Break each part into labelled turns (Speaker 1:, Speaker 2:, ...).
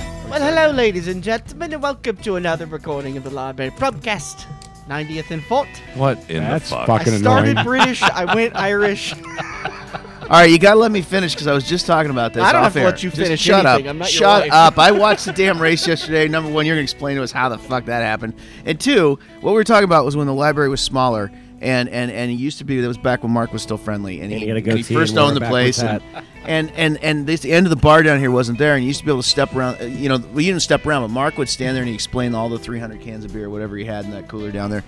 Speaker 1: hello, ladies and gentlemen, and welcome to another recording of the Library Podcast, 90th in Fort.
Speaker 2: What in
Speaker 3: That's
Speaker 2: the fuck?
Speaker 3: fucking
Speaker 1: I started
Speaker 3: annoying.
Speaker 1: British, I went Irish.
Speaker 4: All right, you gotta let me finish because I was just talking about this.
Speaker 1: I don't have
Speaker 4: off
Speaker 1: to
Speaker 4: air.
Speaker 1: let you
Speaker 4: Just
Speaker 1: finish
Speaker 4: Shut
Speaker 1: anything.
Speaker 4: up.
Speaker 1: I'm not your
Speaker 4: shut
Speaker 1: wife.
Speaker 4: up. I watched the damn race yesterday. Number one, you're gonna explain to us how the fuck that happened. And two, what we were talking about was when the library was smaller, and and and it used to be that was back when Mark was still friendly, and,
Speaker 3: And he had a
Speaker 4: and
Speaker 3: goatee
Speaker 4: first
Speaker 3: and wore
Speaker 4: owned
Speaker 3: a
Speaker 4: the place. And,
Speaker 3: backwards
Speaker 4: and and and this the end of the bar down here wasn't there, and you used to be able to step around. uh, You know, well, you didn't step around, but Mark would stand there and he explained all the 300 cans of beer, whatever he had in that cooler down there.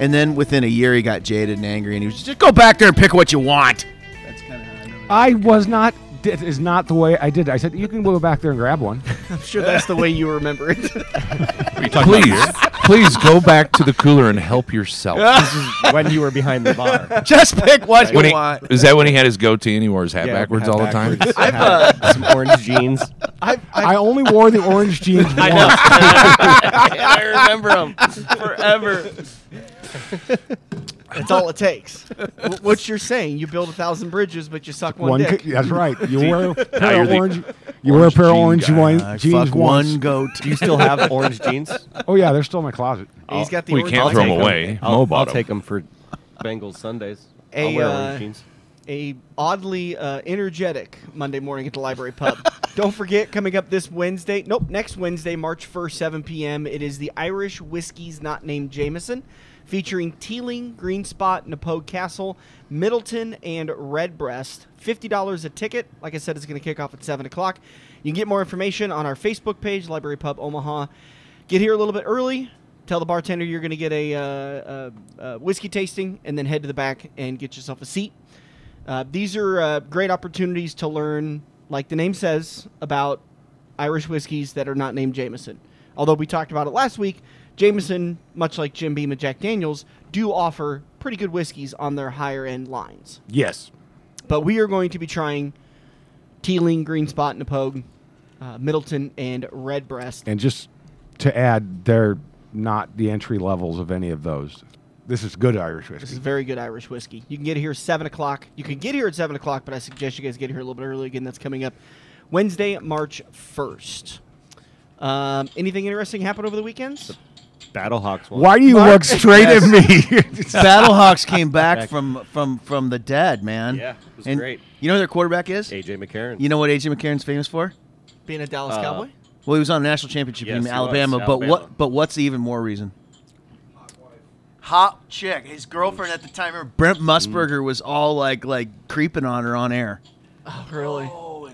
Speaker 4: And then within a year, he got jaded and angry, and he was just, just go back there and pick what you want. That's kind of how I remember. that.
Speaker 3: I was not. That is not the way I did. it. I said you can go back there and grab one.
Speaker 1: I'm sure that's the way you remember it.
Speaker 2: Please, please go back to the cooler and help yourself.
Speaker 5: This is when you were behind the bar.
Speaker 4: Just pick what
Speaker 2: When
Speaker 4: you
Speaker 2: he-
Speaker 4: want.
Speaker 2: is that when he had his goatee and he wore his hat
Speaker 5: Yeah,
Speaker 2: backwards
Speaker 5: hat
Speaker 2: all the time?
Speaker 5: backwards, hat,
Speaker 2: uh,
Speaker 5: some orange jeans.
Speaker 1: I, I,
Speaker 3: I only wore the orange jeans once.
Speaker 6: I remember him forever.
Speaker 1: that's all it takes. W- what you're saying, you buld a thousand bridges, but you suck one,
Speaker 3: One,
Speaker 1: dick.
Speaker 3: c- that's right. You wear a pair
Speaker 2: you're
Speaker 3: of
Speaker 2: the
Speaker 3: orange. You wear a pair of
Speaker 2: orange
Speaker 3: orange
Speaker 2: jean
Speaker 3: wine-
Speaker 4: I
Speaker 3: jeans
Speaker 4: fuck
Speaker 3: once.
Speaker 4: one goat.
Speaker 5: Do you still have orange jeans?
Speaker 3: Oh yeah, they're still in my closet.
Speaker 1: He's got the
Speaker 2: We
Speaker 1: orange
Speaker 2: can't
Speaker 1: on
Speaker 2: throw
Speaker 1: it.
Speaker 2: him
Speaker 5: Take 'em.
Speaker 2: away. Mo
Speaker 5: I'll, I'll
Speaker 2: bought 'em.
Speaker 5: take them for Bengals Sundays.
Speaker 1: A,
Speaker 5: I'll wear
Speaker 1: uh,
Speaker 5: orange jeans.
Speaker 1: a oddly uh, energetic Monday morning at the library pub. Don't forget, coming up this Wednesday, nope, next Wednesday, March 1st, 7 p.m., it is the Irish Whiskies Not Named Jameson, featuring Teeling, Green Spot, Napoe Castle, Middleton, and Redbreast. $50 a ticket. Like I said, it's going to kick off at 7 o'clock. You can get more information on our Facebook page, Library Pub Omaha. Get here a little bit early. Tell the bartender you're going to get a, uh, a, a whiskey tasting, and then head to the back and get yourself a seat. Uh, these are uh, great opportunities to learn, like the name says, about Irish whiskeys that are not named Jameson. Although we talked about it last week, Jameson, much like Jim Beam and Jack Daniels, do offer pretty good whiskeys on their higher end lines.
Speaker 3: Yes.
Speaker 1: But we are going to be trying Teeling, Green Spot, Napogue, uh, Middleton, and Redbreast.
Speaker 3: And just to add, they're not the entry levels of any of those. This is good Irish
Speaker 1: This is
Speaker 3: whiskey.
Speaker 1: very good Irish whiskey. You can get it here at seven o'clock. You can get here at seven o'clock, but I suggest you guys get here a little bit early. Again, that's coming up Wednesday, March first. Um, anything interesting happened over the weekends?
Speaker 5: Battlehawks one.
Speaker 3: Why do you look straight at me?
Speaker 4: Battlehawks came back from from from the dead, man.
Speaker 5: Yeah, it was
Speaker 4: and
Speaker 5: great.
Speaker 4: You know who their quarterback is?
Speaker 5: AJ McCarron.
Speaker 4: You know what AJ McCarron's famous for?
Speaker 1: Being a Dallas
Speaker 5: Uh,
Speaker 1: Cowboy,
Speaker 4: Well, he was on a national championship
Speaker 5: Yes,
Speaker 4: team
Speaker 5: he
Speaker 4: in
Speaker 5: was,
Speaker 4: Alabama, but
Speaker 5: Alabama.
Speaker 4: what? But what's the even more reason? Hot chick. His girlfriend at the time, remember, Brent Musburger, was all like like creeping on her on air,
Speaker 1: really?
Speaker 4: Oh,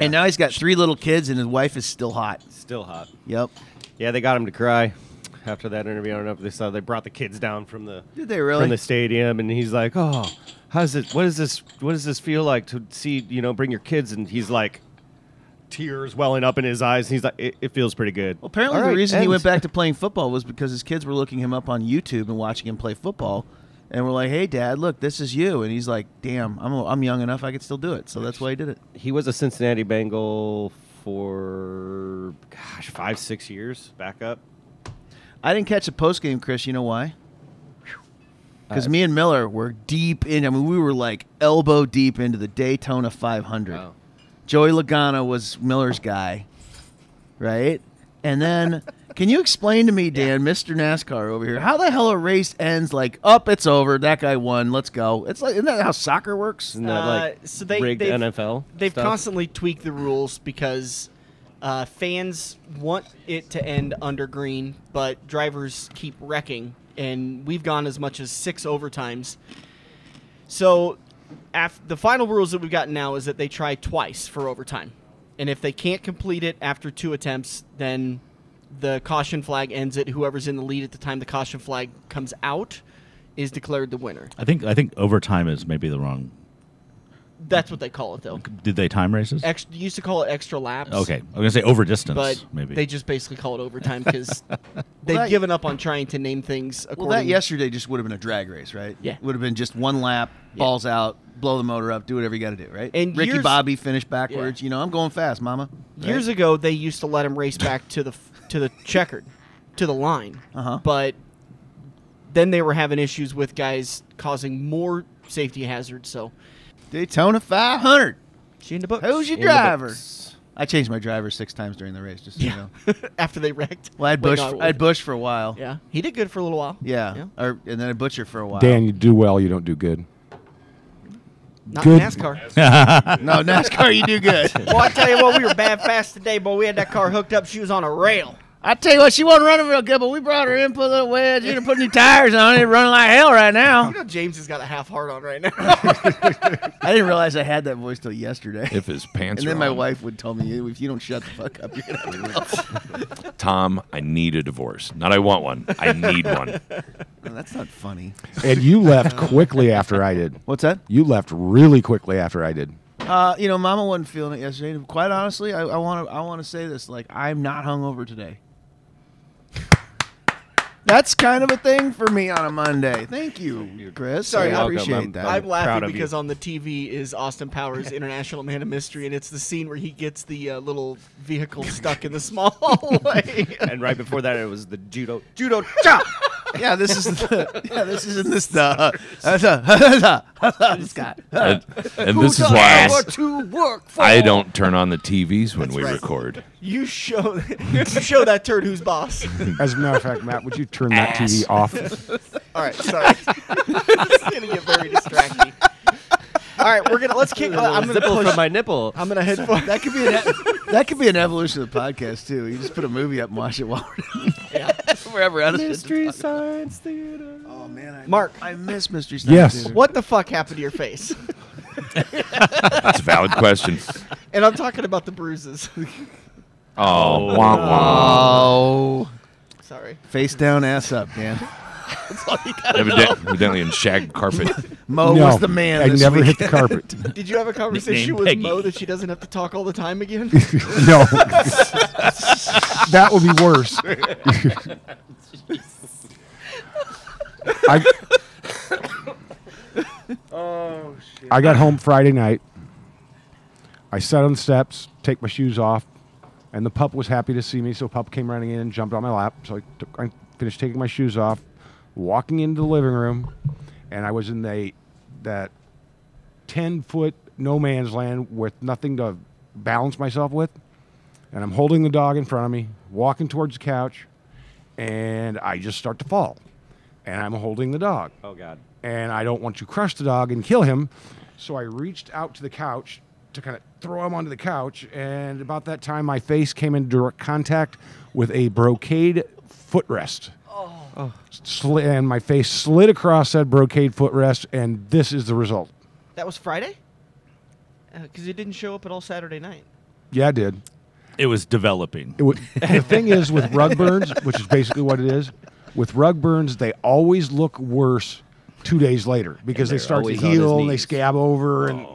Speaker 4: and now he's got three little kids, and his wife is still hot.
Speaker 5: Still hot.
Speaker 4: Yep.
Speaker 5: Yeah, they got him to cry after that interview. I don't know if they saw. They brought the kids down from the
Speaker 4: Did they really?
Speaker 5: from the stadium, and he's like, "Oh, how's it? What does this? What does this feel like to see? You know, bring your kids?" And he's like, tears welling up in his eyes. And he's like, "It, it feels pretty good."
Speaker 4: Well, apparently
Speaker 5: All
Speaker 4: the
Speaker 5: right,
Speaker 4: reason he
Speaker 5: end.
Speaker 4: went back to playing football was because his kids were looking him up on YouTube and watching him play football, and were like, "Hey, Dad, look, this is you." And he's like, "Damn, I'm I'm young enough. I could still do it." So that's why he did it.
Speaker 5: He was a Cincinnati Bengal for gosh five six years back up.
Speaker 4: I didn't catch a post game, Chris. You know why? Because me and Miller were deep in. I mean, we were like elbow deep into the Daytona 500.
Speaker 5: Wow.
Speaker 4: Joey Logano was Miller's guy, right? And then, can you explain to me, Dan, Mr. NASCAR over here, how the hell a race ends like, up, it's over, that guy won, let's go. It's like, isn't that how soccer works?
Speaker 5: Isn't that like
Speaker 1: Uh, so they-
Speaker 5: rigged
Speaker 1: they've-
Speaker 5: NFL?
Speaker 1: They've
Speaker 5: stuff?
Speaker 1: constantly tweaked the rules because uh, fans want it to end under green, but drivers keep wrecking, and we've gone as much as six overtimes. So, af- the final rules that we've gotten now is that they try twice for overtime, and if they can't complete it after two attempts, then the caution flag ends it. Whoever's in the lead at the time the caution flag comes out is declared the winner.
Speaker 7: I think I think overtime is maybe the wrong.
Speaker 1: That's what they call it, though.
Speaker 7: Did they time races?
Speaker 1: Ex- they used to call it extra laps.
Speaker 7: okay, I'm gonna say over distance.
Speaker 1: but
Speaker 7: maybe
Speaker 1: they just basically call it overtime because they've
Speaker 4: that-
Speaker 1: given up on trying to name things according.
Speaker 4: Well, that yesterday just would have been a drag race, right?
Speaker 1: Yeah.
Speaker 4: Would have been just one lap, balls out, blow the motor up, do whatever you got to do, right?
Speaker 1: And
Speaker 4: Ricky
Speaker 1: years-
Speaker 4: Bobby finished backwards. You know, I'm going fast, mama.
Speaker 1: years ago they used to let them race back to the f- to the checkered, to the line.
Speaker 4: Uh-huh.
Speaker 1: But then they were having issues with guys causing more safety hazards. So
Speaker 4: Daytona 500.
Speaker 1: she in the books.
Speaker 4: Who's your
Speaker 5: In the
Speaker 4: driver?
Speaker 5: books.
Speaker 4: I changed my driver six times during the race, just so you
Speaker 1: Yeah.
Speaker 4: know.
Speaker 1: After they wrecked.
Speaker 4: Well, I had
Speaker 1: Wait,
Speaker 4: Bush.
Speaker 1: no,
Speaker 4: I had Bush for a while.
Speaker 1: Yeah, he did good for a little while.
Speaker 4: Yeah.
Speaker 1: Yeah.
Speaker 4: Or and then I butcher for a while.
Speaker 3: Dan, you do well, you don't do good.
Speaker 1: Not
Speaker 3: Good.
Speaker 1: in NASCAR.
Speaker 4: No, NASCAR, you do good.
Speaker 1: well, I tell you what, we were bad fast today, boy. We had that car hooked up. She was on a rail.
Speaker 4: I tell you what, she wasn't running real good, but we brought her in, put a little wedge, and put new tires on it, running like hell right now.
Speaker 1: You know, James has got a half heart on right now.
Speaker 4: I didn't realize I had that voice till yesterday.
Speaker 2: If his pants
Speaker 4: and
Speaker 2: are
Speaker 4: then my
Speaker 2: on.
Speaker 4: wife would tell me, if you don't shut the fuck up, you're gonna
Speaker 2: Tom, I need a divorce. Not I want one. I need one.
Speaker 4: No, That's not funny.
Speaker 3: And you left quickly after I did.
Speaker 4: What's that?
Speaker 3: You left really quickly after I did.
Speaker 4: Uh, you know, Mama wasn't feeling it yesterday. and Quite honestly, I want to. I want to say this. Like, I'm not hungover today. That's kind of a thing for me on a Monday. Thank you, Chris.
Speaker 1: Sorry,
Speaker 4: I
Speaker 1: I'm-
Speaker 4: appreciate
Speaker 5: I'm-
Speaker 4: that.
Speaker 1: I'm laughing
Speaker 5: of you.
Speaker 1: because on the TV is Austin Powers International Man of Mystery, and it's the scene where he gets the uh, little vehicle stuck in the small hallway.
Speaker 5: and right before that, it was the judo.
Speaker 1: Judo chop.
Speaker 4: yeah, this is the. Yeah, this is in this the. Uh, uh, uh, Scott.
Speaker 2: And, and this is why I don't turn on the TVs when we
Speaker 1: right.
Speaker 2: record.
Speaker 1: You show you show that turd who's boss.
Speaker 3: As a matter of fact, Matt, would you turn that TV off?
Speaker 1: All right, sorry. this is gonna get very distracting. All right, we're gonna let's kick. uh, I'm gonna
Speaker 5: Nipple
Speaker 1: push.
Speaker 5: from my nipple.
Speaker 1: I'm gonna head for
Speaker 4: That could be an. e- That could be an evolution of the podcast too. You just put a movie up and watch it while we're wherever out of mystery.
Speaker 5: Science Theater.
Speaker 4: Oh man, I,
Speaker 1: Mark.
Speaker 4: I miss mystery. Science
Speaker 3: Yes.
Speaker 4: Theater.
Speaker 1: What the fuck happened to your face?
Speaker 2: That's a valid question.
Speaker 1: And I'm talking about the bruises.
Speaker 2: Oh, wah, wah.
Speaker 4: Oh.
Speaker 1: sorry.
Speaker 4: Face down, ass up, Dan.
Speaker 2: Eviden- Evidently in shag carpet.
Speaker 4: Mo Oh, was the man.
Speaker 3: I
Speaker 4: this
Speaker 3: never
Speaker 4: week.
Speaker 3: hit the carpet.
Speaker 1: Did you have a conversation
Speaker 7: Nickname
Speaker 1: with
Speaker 7: Peggy.
Speaker 1: Mo that she doesn't have to talk all the time again?
Speaker 3: no. that would be worse. I, I got home Friday night. I sat on the steps, take my shoes off, and the pup was happy to see me, so pup came running in and jumped on my lap. So I, took, I finished taking my shoes off, walking into the living room, and I was in the that 10 foot no man's land with nothing to balance myself with. And I'm holding the dog in front of me, walking towards the couch, and I just start to fall. And I'm holding the dog.
Speaker 5: Oh God.
Speaker 3: And I don't want to crush the dog and kill him. So I reached out to the couch to kind of throw him onto the couch. And about that time, my face came in direct contact with a brocade footrest. Oh. Sli- and my face slid across that brocade footrest, and this is the result.
Speaker 1: that was Friday? Because it didn't show up at all Saturday night.
Speaker 3: Yeah, I did.
Speaker 7: It was developing.
Speaker 3: It would, the thing is with rug burns, which is basically what it is, with rug burns, they always look worse two days later because they
Speaker 5: they're
Speaker 3: start to
Speaker 5: always on his
Speaker 3: heal and they
Speaker 5: knees.
Speaker 3: scab over and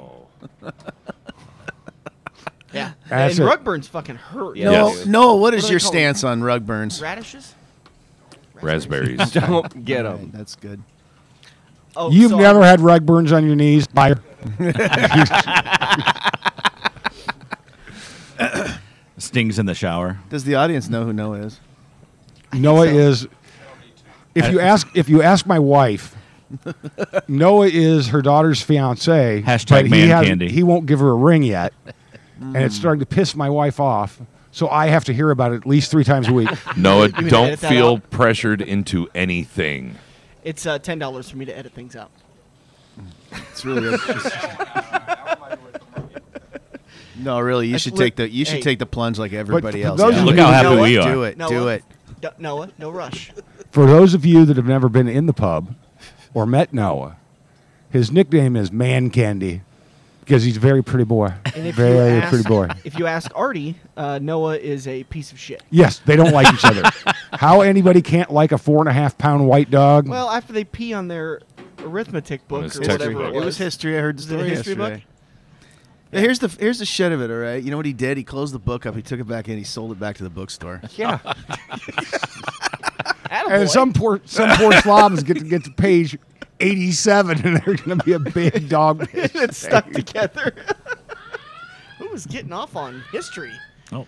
Speaker 1: Yeah.
Speaker 3: That's
Speaker 1: and
Speaker 3: it.
Speaker 1: rug burns fucking hurt.
Speaker 5: Yeah.
Speaker 4: No,
Speaker 2: Yes.
Speaker 4: no. What is
Speaker 1: What do
Speaker 4: your
Speaker 1: they call
Speaker 4: stance on rug burns?
Speaker 1: Radishes?
Speaker 2: Raspberries.
Speaker 5: Don't get
Speaker 4: All right,
Speaker 5: him.
Speaker 4: that's good.
Speaker 1: Oh,
Speaker 3: you've
Speaker 1: so-
Speaker 3: never had rug burns on your knees. Bye.
Speaker 7: Stings in the shower.
Speaker 4: Does the audience know who Noah is?
Speaker 3: Noah is. If you ask, if you ask my wife, Noah is her daughter's fiance.
Speaker 7: Hashtag
Speaker 3: but he
Speaker 7: man
Speaker 3: hasn't-
Speaker 7: candy.
Speaker 3: He won't give her a ring yet, and it's
Speaker 1: Mm.
Speaker 3: starting to piss my wife off. So I have to hear about it at least three times a week.
Speaker 2: Noah,
Speaker 1: You mean to
Speaker 2: don't
Speaker 1: edit that
Speaker 2: feel
Speaker 1: out?
Speaker 2: pressured into anything.
Speaker 1: It's uh, ten dollars for me to edit things out.
Speaker 4: It's really. no, really. You
Speaker 1: That's
Speaker 4: should
Speaker 1: li-
Speaker 4: take the you should
Speaker 1: hey.
Speaker 4: take the plunge like everybody
Speaker 3: for
Speaker 4: else.
Speaker 3: those
Speaker 4: Yeah.
Speaker 3: of
Speaker 7: Look
Speaker 3: you-
Speaker 7: how
Speaker 4: do
Speaker 7: happy we
Speaker 4: it,
Speaker 7: are.
Speaker 4: Do it.
Speaker 1: Noah,
Speaker 4: Do it.
Speaker 1: D- Noah, no rush.
Speaker 3: For those of you that have never been in the pub or met Noah, his nickname is Man Candy because he's a very pretty boy. Very uh,
Speaker 1: ask,
Speaker 3: pretty boy.
Speaker 1: If you ask Artie, uh, Noah is a piece of shit.
Speaker 3: Yes, they don't like each other. How anybody can't like a four and a half pound white dog?
Speaker 1: Well, after they pee on their arithmetic book or
Speaker 2: his
Speaker 1: whatever
Speaker 2: textbook.
Speaker 1: it
Speaker 4: It
Speaker 1: was.
Speaker 4: was history. I heard the
Speaker 1: Is it a
Speaker 4: story
Speaker 1: history book?
Speaker 4: yesterday. Yeah, here's the here's the shit of it. All right, you know what he did? He closed the book up. He took it back in. He sold it back to the bookstore.
Speaker 3: yeah.
Speaker 1: Attaboy.
Speaker 3: And some poor some poor slobs get to get to page eighty seven and they're gonna be a big dog.
Speaker 1: it's stuck together. Who was getting off on history?
Speaker 7: Oh.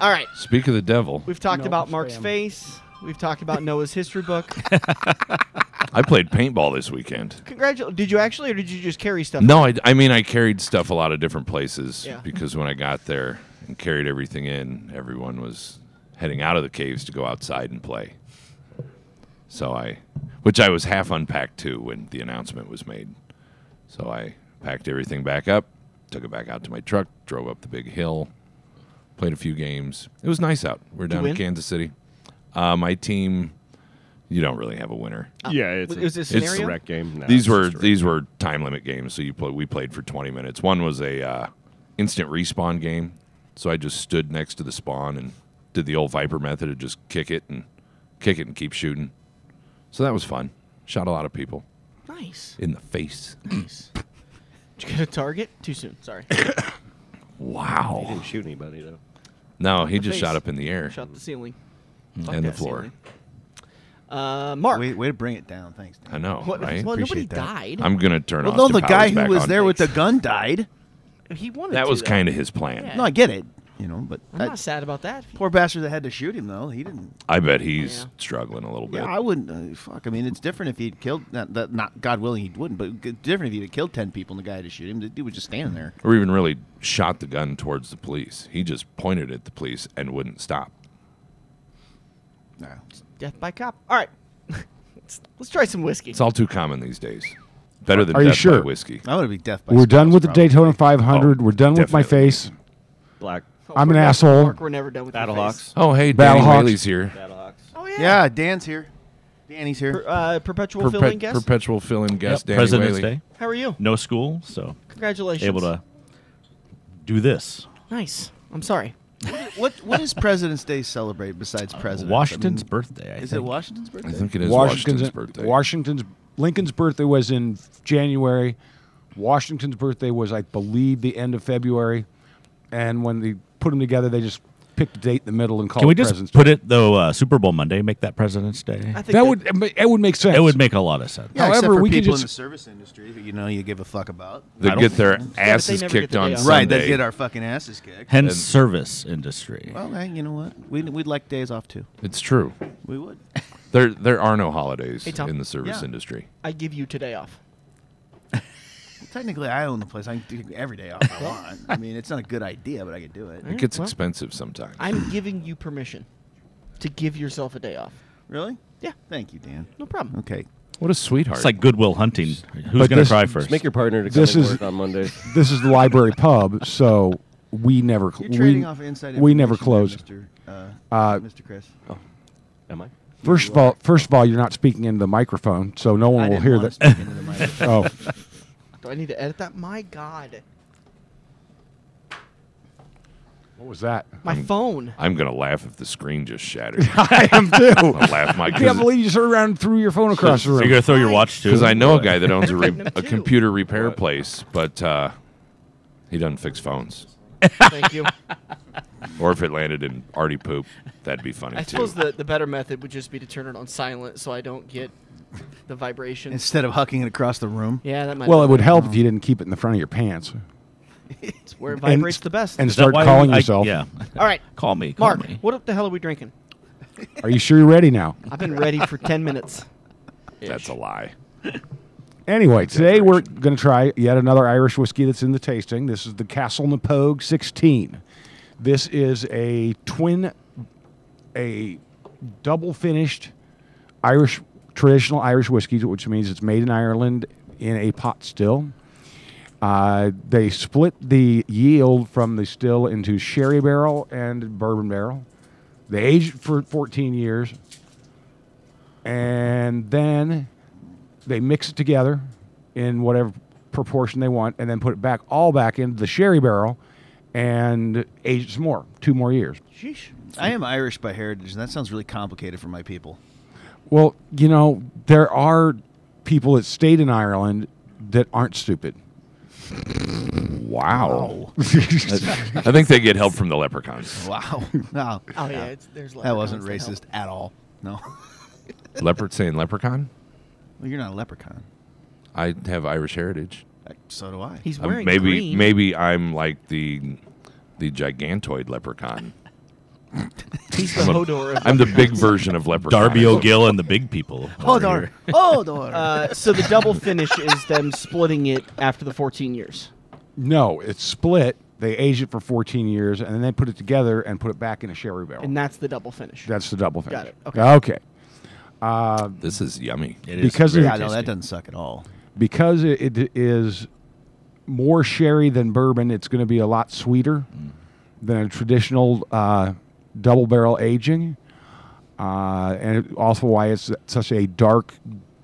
Speaker 1: All right,
Speaker 2: Speak of the devil.
Speaker 1: we've talked
Speaker 3: Nope,
Speaker 1: about Mark's
Speaker 3: spam.
Speaker 1: face. We've talked about Noah's history book.
Speaker 2: I played paintball this weekend.
Speaker 1: Congratulations. Did you actually, or did you just carry stuff?
Speaker 2: No, I, I mean I carried stuff a lot of different places
Speaker 1: Yeah.
Speaker 2: because when I got there, and carried everything in. Everyone was heading out of the caves to go outside and play. So I, which I was half unpacked too when the announcement was made. So I packed everything back up, took it back out to my truck, drove up the big hill, played a few games. It was nice out. We're down in
Speaker 1: win?
Speaker 2: Kansas City. Uh, my team, you don't really have a winner.
Speaker 5: yeah, it's
Speaker 1: was
Speaker 5: a,
Speaker 1: it a
Speaker 5: it's a
Speaker 1: scenario?
Speaker 5: wreck game. No,
Speaker 2: these
Speaker 5: it's
Speaker 2: were
Speaker 5: just a wreck.
Speaker 2: these were time limit games, so you play, we played for 20 minutes. One was a uh, instant respawn game, so I just stood next to the spawn and did the old Viper method of just kick it and kick it and keep shooting. So that was fun. Shot a lot of people
Speaker 1: Nice.
Speaker 2: in the face.
Speaker 1: Nice. Did you get a target? Too soon. Sorry.
Speaker 5: He
Speaker 2: Wow.
Speaker 5: didn't shoot anybody though.
Speaker 2: No, he just
Speaker 1: face.
Speaker 2: shot up in the air
Speaker 1: Shot the ceiling. Fuck
Speaker 2: and the
Speaker 1: that
Speaker 2: floor.
Speaker 1: ceiling. Uh, Mark.
Speaker 4: Way, way to bring it down. Thanks. Dan.
Speaker 2: I know,
Speaker 1: What-
Speaker 2: right?
Speaker 1: well, nobody
Speaker 4: Appreciate that.
Speaker 1: died.
Speaker 2: I'm gonna turn
Speaker 4: Well,
Speaker 2: off.
Speaker 4: no,
Speaker 2: Austin
Speaker 4: the guy
Speaker 2: Powers
Speaker 4: who
Speaker 2: back
Speaker 4: was
Speaker 2: on.
Speaker 4: there with the gun died.
Speaker 1: he wanted
Speaker 2: That
Speaker 1: to,
Speaker 2: was
Speaker 1: though.
Speaker 2: kind of his plan.
Speaker 1: Yeah.
Speaker 4: No, I get it. You know, but
Speaker 1: I'm
Speaker 4: that
Speaker 1: not sad about that.
Speaker 4: poor bastard that had to shoot him though, he didn't.
Speaker 2: I bet he's
Speaker 1: Yeah.
Speaker 2: struggling a little bit.
Speaker 4: Yeah, I wouldn't. Uh, fuck. I mean, it's different if he'd killed. Not, that, not God willing, he wouldn't. But g- different if he'd have killed ten people and the guy had to shoot him. The dude was just standing there.
Speaker 2: or even really shot the gun towards the police. He just pointed at the police and wouldn't stop.
Speaker 4: No.
Speaker 1: Death by cop. All right. let's, let's try some whiskey.
Speaker 2: It's all too common these days. Better than
Speaker 3: Are you
Speaker 2: death by
Speaker 3: sure?
Speaker 2: whiskey.
Speaker 4: I would be death by.
Speaker 3: We're done
Speaker 4: spouse,
Speaker 3: with the
Speaker 4: probably.
Speaker 3: Daytona 500.
Speaker 2: Oh,
Speaker 3: We're done with my
Speaker 2: definitely.
Speaker 3: face.
Speaker 5: Black
Speaker 1: Oh,
Speaker 3: I'm an
Speaker 1: we're never-
Speaker 3: asshole.
Speaker 1: Mark, we're never done with your face.
Speaker 5: Battlehawks.
Speaker 2: Oh, hey, Danny
Speaker 3: Battlehawks.
Speaker 2: Haley's here.
Speaker 5: Battlehawks.
Speaker 1: Oh, yeah.
Speaker 4: Yeah, Dan's here. Danny's here.
Speaker 1: Per- uh, perpetual
Speaker 2: Perpe-
Speaker 1: filling guest.
Speaker 2: Perpetual filling guest, Danny
Speaker 7: President's
Speaker 2: Haley.
Speaker 7: Day.
Speaker 1: How are you?
Speaker 7: No school, so
Speaker 1: Congratulations.
Speaker 7: able to do this.
Speaker 1: Nice. I'm sorry.
Speaker 4: What What is President's Day celebrate besides President?
Speaker 7: Washington's birthday. I
Speaker 4: Is
Speaker 7: think.
Speaker 4: it Washington's birthday?
Speaker 2: I think it is
Speaker 3: Washington's,
Speaker 2: Washington's, birthday.
Speaker 3: Washington's Lincoln's birthday was in January. Washington's birthday was, I believe, the end of February. And when they put them together, they just picked a date in the middle and called
Speaker 7: Can we
Speaker 3: it
Speaker 7: just
Speaker 3: President's
Speaker 7: put
Speaker 3: Day.
Speaker 7: it though? Uh, Super Bowl Monday, make that President's Day.
Speaker 1: I think
Speaker 3: That would it would make sense.
Speaker 7: It would make a lot of sense.
Speaker 4: Yeah, except
Speaker 3: However,
Speaker 4: for
Speaker 3: we could
Speaker 4: people in
Speaker 3: just-
Speaker 4: the service industry who you know you give a fuck about.
Speaker 2: They
Speaker 7: I don't
Speaker 2: get their asses
Speaker 1: never get
Speaker 2: kicked
Speaker 1: the
Speaker 2: on
Speaker 1: day off.
Speaker 2: Sunday.
Speaker 4: Right, they get our fucking asses kicked.
Speaker 7: Hence, service industry.
Speaker 4: Well, hey, you know what? We'd, we'd like days off too.
Speaker 2: It's true.
Speaker 4: We would.
Speaker 2: There, there are no holidays
Speaker 1: Hey, Tom.
Speaker 2: in the service
Speaker 4: Yeah.
Speaker 2: industry.
Speaker 1: I give you today off.
Speaker 4: Technically, I own the place. I can do every day off I want. I mean, it's not a good idea, but I could do it.
Speaker 2: It gets expensive sometimes.
Speaker 1: I'm giving you permission to give yourself a day off.
Speaker 4: Really?
Speaker 1: Yeah.
Speaker 4: Thank you, Dan.
Speaker 1: No problem.
Speaker 4: Okay.
Speaker 2: what a sweetheart.
Speaker 7: It's like Goodwill Hunting. Who's
Speaker 3: But
Speaker 7: going to
Speaker 3: this-
Speaker 7: cry first?
Speaker 5: Make your partner to come
Speaker 3: This
Speaker 5: to
Speaker 3: is-
Speaker 5: work on Monday.
Speaker 3: this is the library pub, so we never cl-
Speaker 4: You're trading
Speaker 3: we,
Speaker 4: off inside.
Speaker 3: we never
Speaker 4: information
Speaker 3: close.
Speaker 4: there, Mr. Uh,
Speaker 3: Uh,
Speaker 4: Mr. Chris.
Speaker 5: Am I?
Speaker 3: First of all, first of all, you're not speaking into the microphone, so no one
Speaker 4: I
Speaker 3: will
Speaker 4: didn't
Speaker 3: hear
Speaker 4: wanna
Speaker 3: that.
Speaker 4: speak into the mic.
Speaker 3: Oh,
Speaker 1: Do I need to edit that? My God.
Speaker 3: what was that?
Speaker 1: My phone.
Speaker 2: I'm gonna laugh if the screen just shattered.
Speaker 3: I am too.
Speaker 2: I'll laugh my.
Speaker 3: I can't believe you just turned around and threw your phone across the
Speaker 7: So you're going
Speaker 3: room.
Speaker 7: to throw your watch too?
Speaker 2: Because I know a guy that owns a, re-
Speaker 1: Platinum
Speaker 2: a
Speaker 1: too.
Speaker 2: computer repair place, but uh, he doesn't fix phones.
Speaker 1: Thank you.
Speaker 2: Or if it landed in Artie poop, that'd be funny
Speaker 1: I
Speaker 2: too.
Speaker 1: suppose the, the better method would just be to turn it on silent so I don't get the vibration.
Speaker 4: Instead of hucking it across the room.
Speaker 1: yeah, that might
Speaker 3: Well,
Speaker 1: be
Speaker 3: it would
Speaker 1: better.
Speaker 3: help if you didn't keep it in the front of your pants
Speaker 1: It's where it vibrates the best.
Speaker 3: and
Speaker 7: Is that
Speaker 3: start
Speaker 7: why
Speaker 3: calling
Speaker 7: I-
Speaker 3: yourself.
Speaker 7: Yeah.
Speaker 1: All right.
Speaker 7: Call me. Call
Speaker 1: Mark,
Speaker 7: me.
Speaker 1: what up the hell are we drinking?
Speaker 3: Are you sure you're ready now?
Speaker 1: I've been ready for 10 minutes.
Speaker 2: That's a lie.
Speaker 3: Anyway, today we're going to try yet another Irish whiskey that's in the tasting. This is the Castle Napogue 16. This is a twin, a double finished Irish, traditional Irish whiskey, which means it's made in Ireland in a pot still. Uh, they split the yield from the still into sherry barrel and bourbon barrel. They aged it for 14 years. And then they mix it together in whatever proportion they want and then put it back all back into the sherry barrel and age it some more two more years
Speaker 1: Sheesh.
Speaker 4: I am Irish by heritage, and that sounds really complicated for my people.
Speaker 3: well you know there are people that stayed in ireland that aren't stupid
Speaker 2: Wow. I think they get help from the leprechauns.
Speaker 4: Wow. Wow.
Speaker 1: Oh, yeah. It's, there's
Speaker 4: That wasn't
Speaker 1: leprechauns
Speaker 4: racist
Speaker 1: help.
Speaker 4: at all. No.
Speaker 2: Leopard saying leprechaun?
Speaker 4: Well, you're not a leprechaun.
Speaker 2: I have Irish heritage.
Speaker 4: Uh, So do I.
Speaker 1: He's
Speaker 2: I'm-
Speaker 1: wearing
Speaker 2: Um, maybe
Speaker 1: green.
Speaker 2: maybe I'm like the the gigantoid leprechaun.
Speaker 1: He's the
Speaker 2: I'm a-
Speaker 1: Hodor of
Speaker 2: I'm the big version of leprechaun.
Speaker 7: Darby O'Gill and the big people.
Speaker 1: Oh,
Speaker 7: over
Speaker 4: Hodor.
Speaker 7: here.
Speaker 4: Hodor.
Speaker 1: Uh, so the double finish is them splitting it after the 14 years.
Speaker 3: no it's split They aged it for 14 years, and then they put it together and put it back in a sherry barrel.
Speaker 1: and that's the double finish.
Speaker 3: That's the double thing.
Speaker 1: Got it. Okay.
Speaker 3: Okay.
Speaker 2: This is yummy.
Speaker 7: It is
Speaker 3: Because of-
Speaker 7: very
Speaker 3: Yeah,
Speaker 4: I know that
Speaker 7: tasty.
Speaker 4: doesn't suck at all.
Speaker 3: Because it, it is more sherry than bourbon, it's going to be a lot sweeter than a traditional uh, double barrel aging. Uh, and it- also why it's such a dark,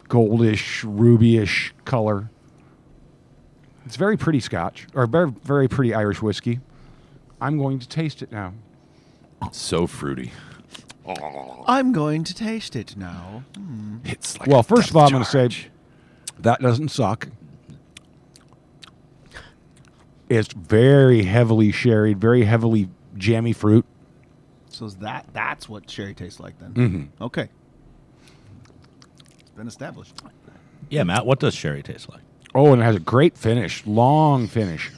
Speaker 3: goldish, rubyish color. It's very pretty scotch, or very, very pretty Irish whiskey. I'm going to taste it now.
Speaker 2: So fruity.
Speaker 4: I'm going to taste it now.
Speaker 2: It's like
Speaker 3: Well,
Speaker 2: a
Speaker 3: first of all, I'm going to say
Speaker 2: charge.
Speaker 3: that doesn't suck. It's very heavily sherried, very heavily jammy fruit.
Speaker 4: So is that that's what sherry tastes like then?
Speaker 2: Mm-hmm.
Speaker 4: Okay. Been established.
Speaker 7: Yeah, Matt. What does sherry taste like?
Speaker 3: Oh, and it has a great finish, long finish.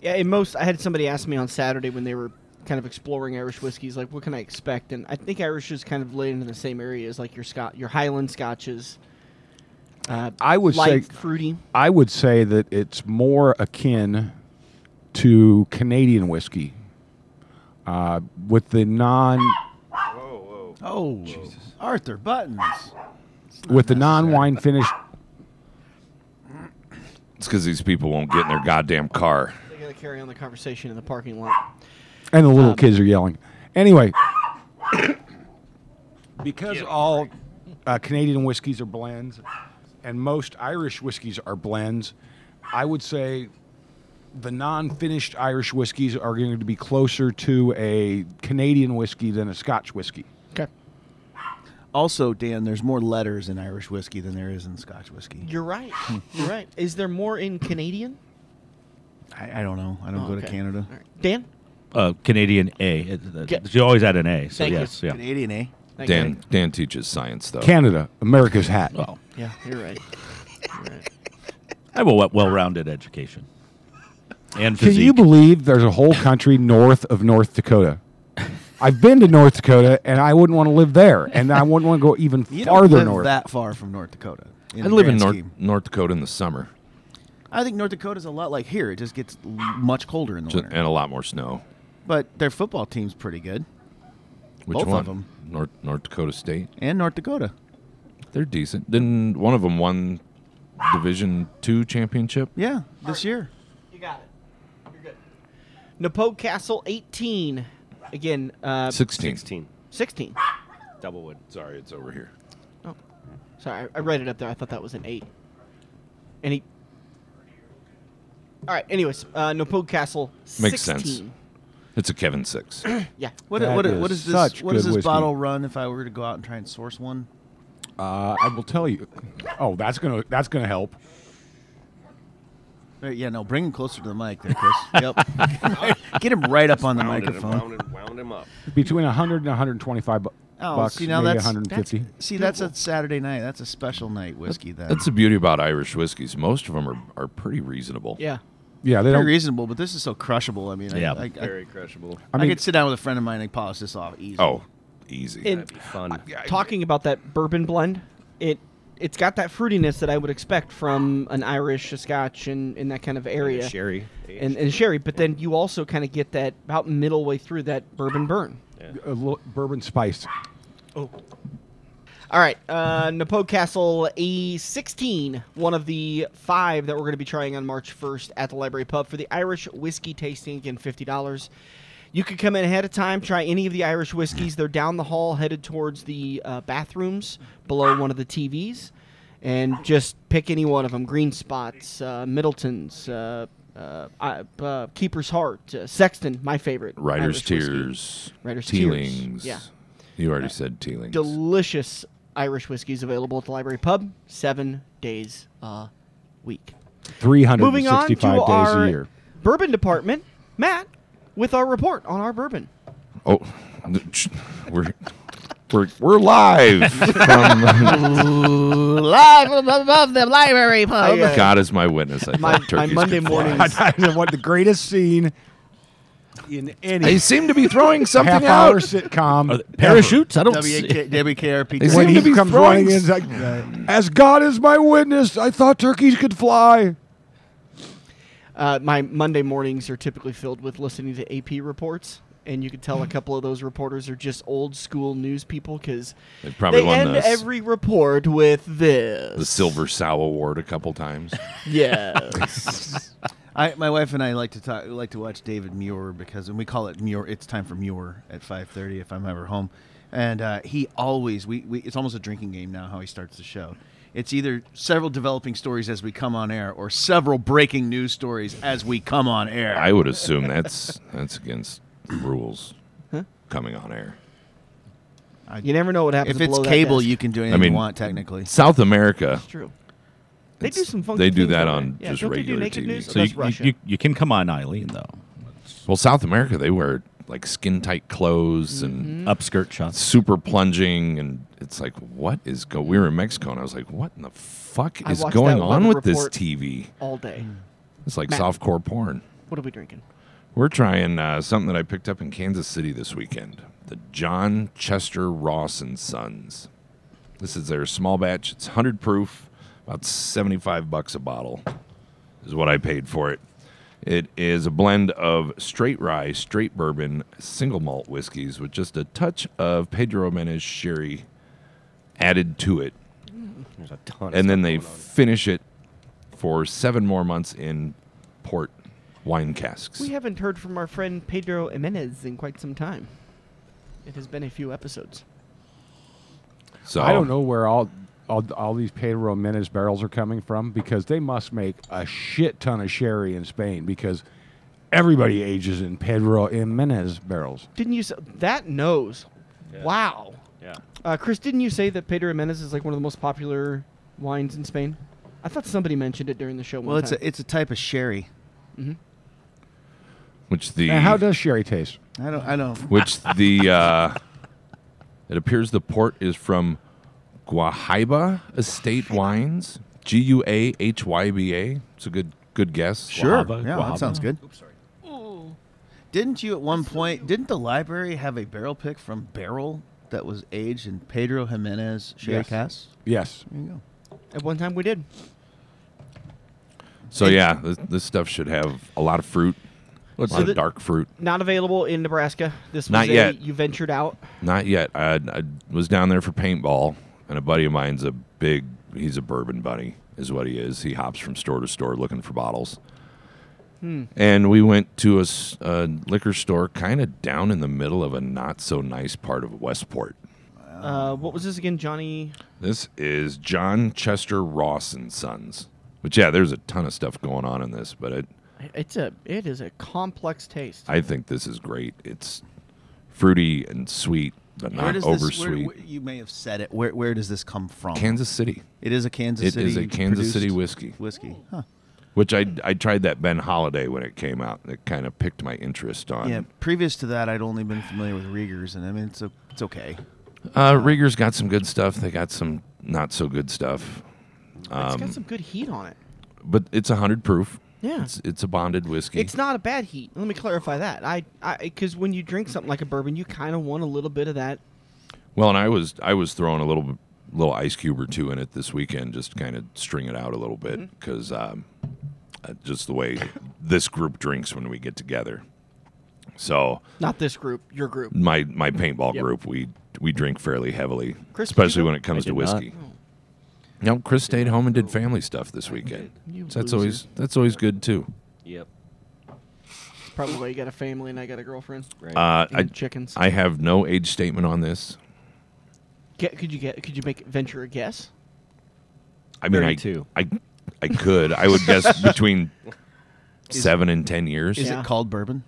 Speaker 1: Yeah, in most, I had somebody ask me on Saturday when they were kind of exploring Irish whiskeys, like, what can I expect? And I think Irish is kind of laid into the same area as like your Scot, your Highland Scotches. Uh,
Speaker 3: I would
Speaker 1: light,
Speaker 3: say-
Speaker 1: fruity.
Speaker 3: I would say that it's more akin to Canadian whiskey uh, with the non
Speaker 4: Oh, Jesus. Arthur Buttons.
Speaker 3: with the non wine finish.
Speaker 2: It's because these people won't get in their goddamn car.
Speaker 1: They're gonna carry on the conversation in the parking lot.
Speaker 3: And the little
Speaker 4: Um,
Speaker 3: kids are yelling. Anyway, because all uh, Canadian whiskeys are blends, and most Irish whiskeys are blends, I would say the non-finished Irish whiskeys are going to be closer to a Canadian whiskey than a Scotch whiskey.
Speaker 1: Okay,
Speaker 4: Also, Dan, there's more letters in Irish whiskey than there is in Scotch whiskey.
Speaker 1: you're right. You're right. Is there more in Canadian?
Speaker 4: I, I don't know. I don't
Speaker 1: Oh,
Speaker 4: go to
Speaker 1: okay.
Speaker 4: Canada.
Speaker 1: All right. Dan,
Speaker 7: Uh, Canadian A. It- it-
Speaker 1: Ca-
Speaker 7: She always had an A. So
Speaker 1: Thank you.
Speaker 7: yes, yeah.
Speaker 4: Canadian, eh?
Speaker 1: Thank you.
Speaker 2: Dan Dan teaches science though.
Speaker 3: Canada, America's hat.
Speaker 7: Well,
Speaker 1: Yeah, you're right.
Speaker 7: I have a we- well-rounded education and
Speaker 3: Can
Speaker 7: physique.
Speaker 3: you believe there's a whole country north of North Dakota? I've been to North Dakota, and I wouldn't want to live there, and I wouldn't want to go even
Speaker 4: You don't
Speaker 3: farther
Speaker 4: live
Speaker 3: north.
Speaker 4: that far from North Dakota.
Speaker 2: I
Speaker 4: the
Speaker 2: live in
Speaker 4: grand
Speaker 2: North
Speaker 4: scheme.
Speaker 2: North Dakota in the summer
Speaker 4: I think North Dakota's a lot like here. It just gets l- much colder in the
Speaker 2: ju-
Speaker 4: winter.
Speaker 2: and a lot more snow.
Speaker 4: But their football team's pretty good.
Speaker 2: Which
Speaker 4: Both of
Speaker 2: one?
Speaker 4: them.
Speaker 2: North North Dakota State.
Speaker 4: And North Dakota.
Speaker 2: They're decent. Didn't one of them won Division Two championship?
Speaker 4: Yeah, this year.
Speaker 1: You got it. You're good. Napoe Castle 18. Again, uh,
Speaker 2: Sixteen.
Speaker 5: 16.
Speaker 1: 16.
Speaker 5: Double wood.
Speaker 2: Sorry, it's over here.
Speaker 1: Oh, sorry. I I read it up there. I thought that was an eight. Any. All right. Anyways, uh, Napoog Castle. 16.
Speaker 2: Makes sense. It's a Kevin Six.
Speaker 1: Yeah.
Speaker 4: What,
Speaker 3: That
Speaker 4: what,
Speaker 3: is
Speaker 4: what is this,
Speaker 3: such
Speaker 4: what does
Speaker 3: good
Speaker 4: this
Speaker 3: whiskey.
Speaker 4: bottle run if I were to go out and try and source one?
Speaker 3: Uh, I will tell you. Oh, that's gonna that's gonna help.
Speaker 4: Uh, Yeah, no, bring him closer to the mic there, Chris. yep. Get him right up on the
Speaker 5: Wound him,
Speaker 4: microphone.
Speaker 5: wound him, wound him up.
Speaker 3: Between 100 and 125 bu-
Speaker 4: Oh,
Speaker 3: bucks,
Speaker 4: see, now
Speaker 3: maybe
Speaker 4: that's-
Speaker 3: 150.
Speaker 4: See, that's a Saturday night. That's a special night whiskey then.
Speaker 2: That's the beauty about Irish whiskeys. Most of them are, are pretty reasonable.
Speaker 1: Yeah.
Speaker 3: yeah, they
Speaker 4: very
Speaker 3: don't.
Speaker 4: reasonable, but this is so crushable. I mean, I-
Speaker 7: Yeah.
Speaker 4: I, I,
Speaker 5: Very crushable.
Speaker 3: I
Speaker 4: I,
Speaker 3: mean,
Speaker 4: could sit down with a friend of mine and polish this off easy.
Speaker 2: Oh, easy.
Speaker 1: And
Speaker 5: Be fun.
Speaker 1: talking about that bourbon blend, it it's got that fruitiness that I would expect from an Irish, a Scotch, and in that kind of area.
Speaker 5: Sherry.
Speaker 1: And, and sherry, but then you also kind of get that about middle way through that bourbon burn.
Speaker 3: a little bourbon spice.
Speaker 1: All right, uh, Napo Castle A16, one of the five that we're going to be trying on March 1st at the Library Pub for the Irish whiskey tasting. Again, $50. You could come in ahead of time, try any of the Irish whiskeys. They're down the hall, headed towards the uh, bathrooms below one of the TVs, and just pick any one of them Green Spots, uh, Middleton's, uh, uh, I- uh, Keeper's Heart, uh, Sexton, my favorite.
Speaker 2: Writer's
Speaker 1: Irish whiskey.
Speaker 2: Tears.
Speaker 1: Writer's Tears,
Speaker 2: Tealings.
Speaker 1: yeah.
Speaker 2: You already said Tealings.
Speaker 1: delicious Irish whiskeys available at the Library Pub seven days a week. Moving on
Speaker 3: 365
Speaker 1: to
Speaker 3: days
Speaker 1: our
Speaker 3: a year.
Speaker 1: bourbon department, Matt, with our report on our bourbon.
Speaker 2: oh, we're we're we're live. from,
Speaker 1: Live above the library pub.
Speaker 2: oh my God is my witness. I
Speaker 1: My,
Speaker 2: thought
Speaker 1: my
Speaker 2: turkeys
Speaker 1: Monday
Speaker 2: could fly.
Speaker 1: mornings.
Speaker 3: what the greatest scene in
Speaker 2: They
Speaker 3: any
Speaker 2: seem to be throwing
Speaker 3: half
Speaker 2: something
Speaker 3: hour
Speaker 2: out.
Speaker 3: sitcom.
Speaker 7: Parachutes? I don't see.
Speaker 4: WK, WKRP.
Speaker 2: They
Speaker 3: When
Speaker 2: seem
Speaker 3: he
Speaker 2: to be
Speaker 3: comes running
Speaker 2: throwing
Speaker 3: in, he's like, as God is my witness, I thought turkeys could fly.
Speaker 1: Uh, my Monday mornings are typically filled with listening to AP reports, and you can tell a couple of those reporters are just old school news people because
Speaker 2: They probably
Speaker 1: they
Speaker 2: won
Speaker 1: end
Speaker 2: the s-
Speaker 1: every report with this.
Speaker 2: The Silver Sow Award a couple times.
Speaker 1: Yes.
Speaker 4: I, my wife and I like to talk, like to watch David Muir because, and we call it Muir. It's time for Muir at five thirty if I'm ever home, and uh, he always we, we it's almost a drinking game now how he starts the show. It's either several developing stories as we come on air or several breaking news stories as we come on air.
Speaker 2: I would assume that's that's against rules coming on air.
Speaker 1: you never know what happens.
Speaker 4: if it's
Speaker 1: below that
Speaker 4: cable,
Speaker 1: desk.
Speaker 4: you can do anything
Speaker 2: I mean,
Speaker 4: you want technically.
Speaker 2: South America,
Speaker 1: It's true. They
Speaker 2: It's-
Speaker 1: do some funky
Speaker 2: they do
Speaker 1: things
Speaker 2: that
Speaker 1: over
Speaker 2: on
Speaker 1: there. Yeah,
Speaker 2: just
Speaker 1: don't they do
Speaker 2: regular
Speaker 1: naked
Speaker 2: TV.
Speaker 1: News? Oh,
Speaker 7: So
Speaker 1: that's
Speaker 7: you,
Speaker 1: Russia.
Speaker 7: you, you, you can come on Eileen though.
Speaker 2: well, South America, they wear like skin tight clothes
Speaker 1: Mm-hmm.
Speaker 2: and
Speaker 1: Hmm?
Speaker 7: Upskirt shots.
Speaker 2: super plunging, and it's like, what is go? We were in Mexico, and I was like, what in the fuck
Speaker 1: I
Speaker 2: is
Speaker 1: watched
Speaker 2: going
Speaker 1: that
Speaker 2: on
Speaker 1: weather
Speaker 2: with
Speaker 1: report.
Speaker 2: this TV?
Speaker 1: all day.
Speaker 4: Mm.
Speaker 2: It's like
Speaker 1: Matt.
Speaker 2: softcore porn.
Speaker 1: What are we drinking?
Speaker 2: We're trying uh, something that I picked up in Kansas City this weekend. The John Chester Ross and Sons. This is their small batch. It's 100 proof, about 75 bucks a bottle is what I paid for it. It is a blend of straight rye, straight bourbon, single malt whiskeys with just a touch of Pedro Menes sherry added to it.
Speaker 5: There's a ton. of
Speaker 2: And then
Speaker 5: stuff
Speaker 2: they
Speaker 5: going on.
Speaker 2: finish it for seven more months in port wine casks.
Speaker 1: We haven't heard from our friend Pedro Jimenez in quite some time. It has been a few episodes.
Speaker 2: So
Speaker 3: I don't know where all all, all these Pedro Menes barrels are coming from because they must make a shit ton of sherry in Spain because everybody ages in Pedro Menes barrels.
Speaker 1: Didn't you? Say, that nose. Wow.
Speaker 5: Yeah.
Speaker 1: Uh, Chris, didn't you say that Pedro Jimenez is like one of the most popular wines in Spain? I thought somebody mentioned it during the show.
Speaker 4: Well,
Speaker 1: one
Speaker 4: it's
Speaker 1: time.
Speaker 4: a it's a type of sherry.
Speaker 2: Which the
Speaker 3: Now, how does sherry taste?
Speaker 4: I don't I don't.
Speaker 2: which the uh, it appears the port is from Guahiba Estate Wines. G U A H Y B A. It's a good good guess.
Speaker 4: Sure.
Speaker 7: Guava,
Speaker 4: yeah,
Speaker 7: guava.
Speaker 4: that sounds good. Oops, sorry. Didn't you at one point? Didn't the library have a barrel pick from barrel that was aged in Pedro Jimenez sherry
Speaker 3: Yes.
Speaker 4: cask?
Speaker 3: Yes.
Speaker 4: There you go.
Speaker 1: At one time we did.
Speaker 2: So yeah, this, this stuff should have a lot of fruit, a
Speaker 1: so
Speaker 2: lot
Speaker 1: the-
Speaker 2: of dark fruit.
Speaker 1: Not available in Nebraska. This was
Speaker 2: Not
Speaker 1: a-
Speaker 2: yet.
Speaker 1: You ventured out.
Speaker 2: Not yet. I, I was down there for paintball, and a buddy of mine's a big. He's a bourbon bunny, is what he is. He hops from store to store looking for bottles.
Speaker 4: Hmm.
Speaker 2: And we went to a, s- a liquor store, kind of down in the middle of a not so nice part of Westport.
Speaker 1: Uh, what was this again, Johnny?
Speaker 2: This is John Chester Ross and Sons. Which yeah, there's a ton of stuff going on in this, but it,
Speaker 1: It's a. It is a complex taste.
Speaker 2: I think this is great. It's fruity and sweet, but
Speaker 4: where
Speaker 2: not
Speaker 4: does
Speaker 2: over
Speaker 4: this? Where,
Speaker 2: sweet.
Speaker 4: where- you may have said it. Where Where does this come from?
Speaker 2: Kansas City.
Speaker 4: It is a Kansas
Speaker 2: It
Speaker 4: City.
Speaker 2: is a Kansas City
Speaker 4: produced
Speaker 2: whiskey.
Speaker 4: whiskey. Huh.
Speaker 2: Which I I tried that Ben Holiday when it came out. and It kind of picked my interest on.
Speaker 4: Yeah. Previous to that, I'd only been familiar with Rieger's, and I mean it's a, it's okay.
Speaker 2: Uh, Rieger's got some good stuff. They got some not so good stuff,
Speaker 1: it's got some good heat on it.
Speaker 2: but it's a hundred proof.
Speaker 1: Yeah.
Speaker 2: it's, it's a bonded whiskey.
Speaker 1: It's not a bad heat. Let me clarify that. I, I, because when you drink something like a bourbon, you kind of want a little bit of that.
Speaker 2: Well, and I was I was throwing a little little ice cube or two in it this weekend just to kind of string it out a little bit
Speaker 1: Mm-hmm.
Speaker 2: because um, uh, just the way this group drinks when we get together. So
Speaker 1: Not this group, your group.
Speaker 2: my my paintball
Speaker 1: Mm-hmm. Yep.
Speaker 2: group we we drink fairly heavily,
Speaker 1: Chris, Oh. did you
Speaker 2: especially
Speaker 1: go?
Speaker 2: when it comes
Speaker 7: I
Speaker 2: to
Speaker 7: did not.
Speaker 2: whiskey. No, Chris stayed home and did family stuff this weekend.
Speaker 1: You
Speaker 2: So that's
Speaker 1: loser.
Speaker 2: always that's always good too.
Speaker 5: Yep.
Speaker 1: It's probably why you got a family and I got a girlfriend.
Speaker 5: Right.
Speaker 2: Uh,
Speaker 1: And
Speaker 2: I
Speaker 1: chickens.
Speaker 2: I have no age statement on this.
Speaker 1: Get, could you get? Could you make venture a guess?
Speaker 2: I mean, I,
Speaker 5: 32.
Speaker 2: I I could I would guess between seven and ten years.
Speaker 4: Is
Speaker 1: Yeah.
Speaker 4: it called bourbon?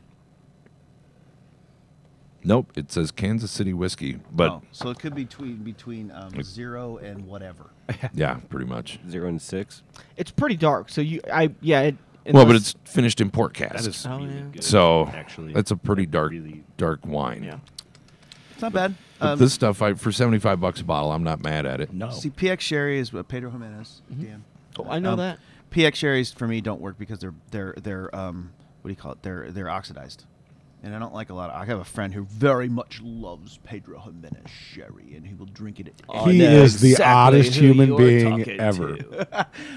Speaker 2: Nope, it says Kansas City whiskey, but
Speaker 4: oh, so it could be between between um, zero and whatever.
Speaker 2: yeah, pretty much.
Speaker 5: Zero and six.
Speaker 1: It's pretty dark, so you, I, yeah. It,
Speaker 2: well, but
Speaker 1: unless-
Speaker 2: it's finished in port casks,
Speaker 1: Oh, yeah. good,
Speaker 2: so
Speaker 7: actually.
Speaker 2: that's a pretty dark,
Speaker 7: really-
Speaker 2: dark wine.
Speaker 1: yeah.
Speaker 4: It's not bad. Um,
Speaker 2: But this stuff, I for seventy five bucks a bottle, I'm not mad at it.
Speaker 7: No.
Speaker 4: See, PX Sherry is what Pedro Jimenez. Dan.
Speaker 1: Oh, I
Speaker 2: Um,
Speaker 1: know that.
Speaker 4: PX Um, Sherry's for me don't work because they're they're they're um what do you call it? They're they're oxidized, and I don't like a lot. of I have a friend who very much loves Pedro Jimenez Sherry, and he
Speaker 1: Oh,
Speaker 4: will drink it. At
Speaker 3: he is the oddest human being ever.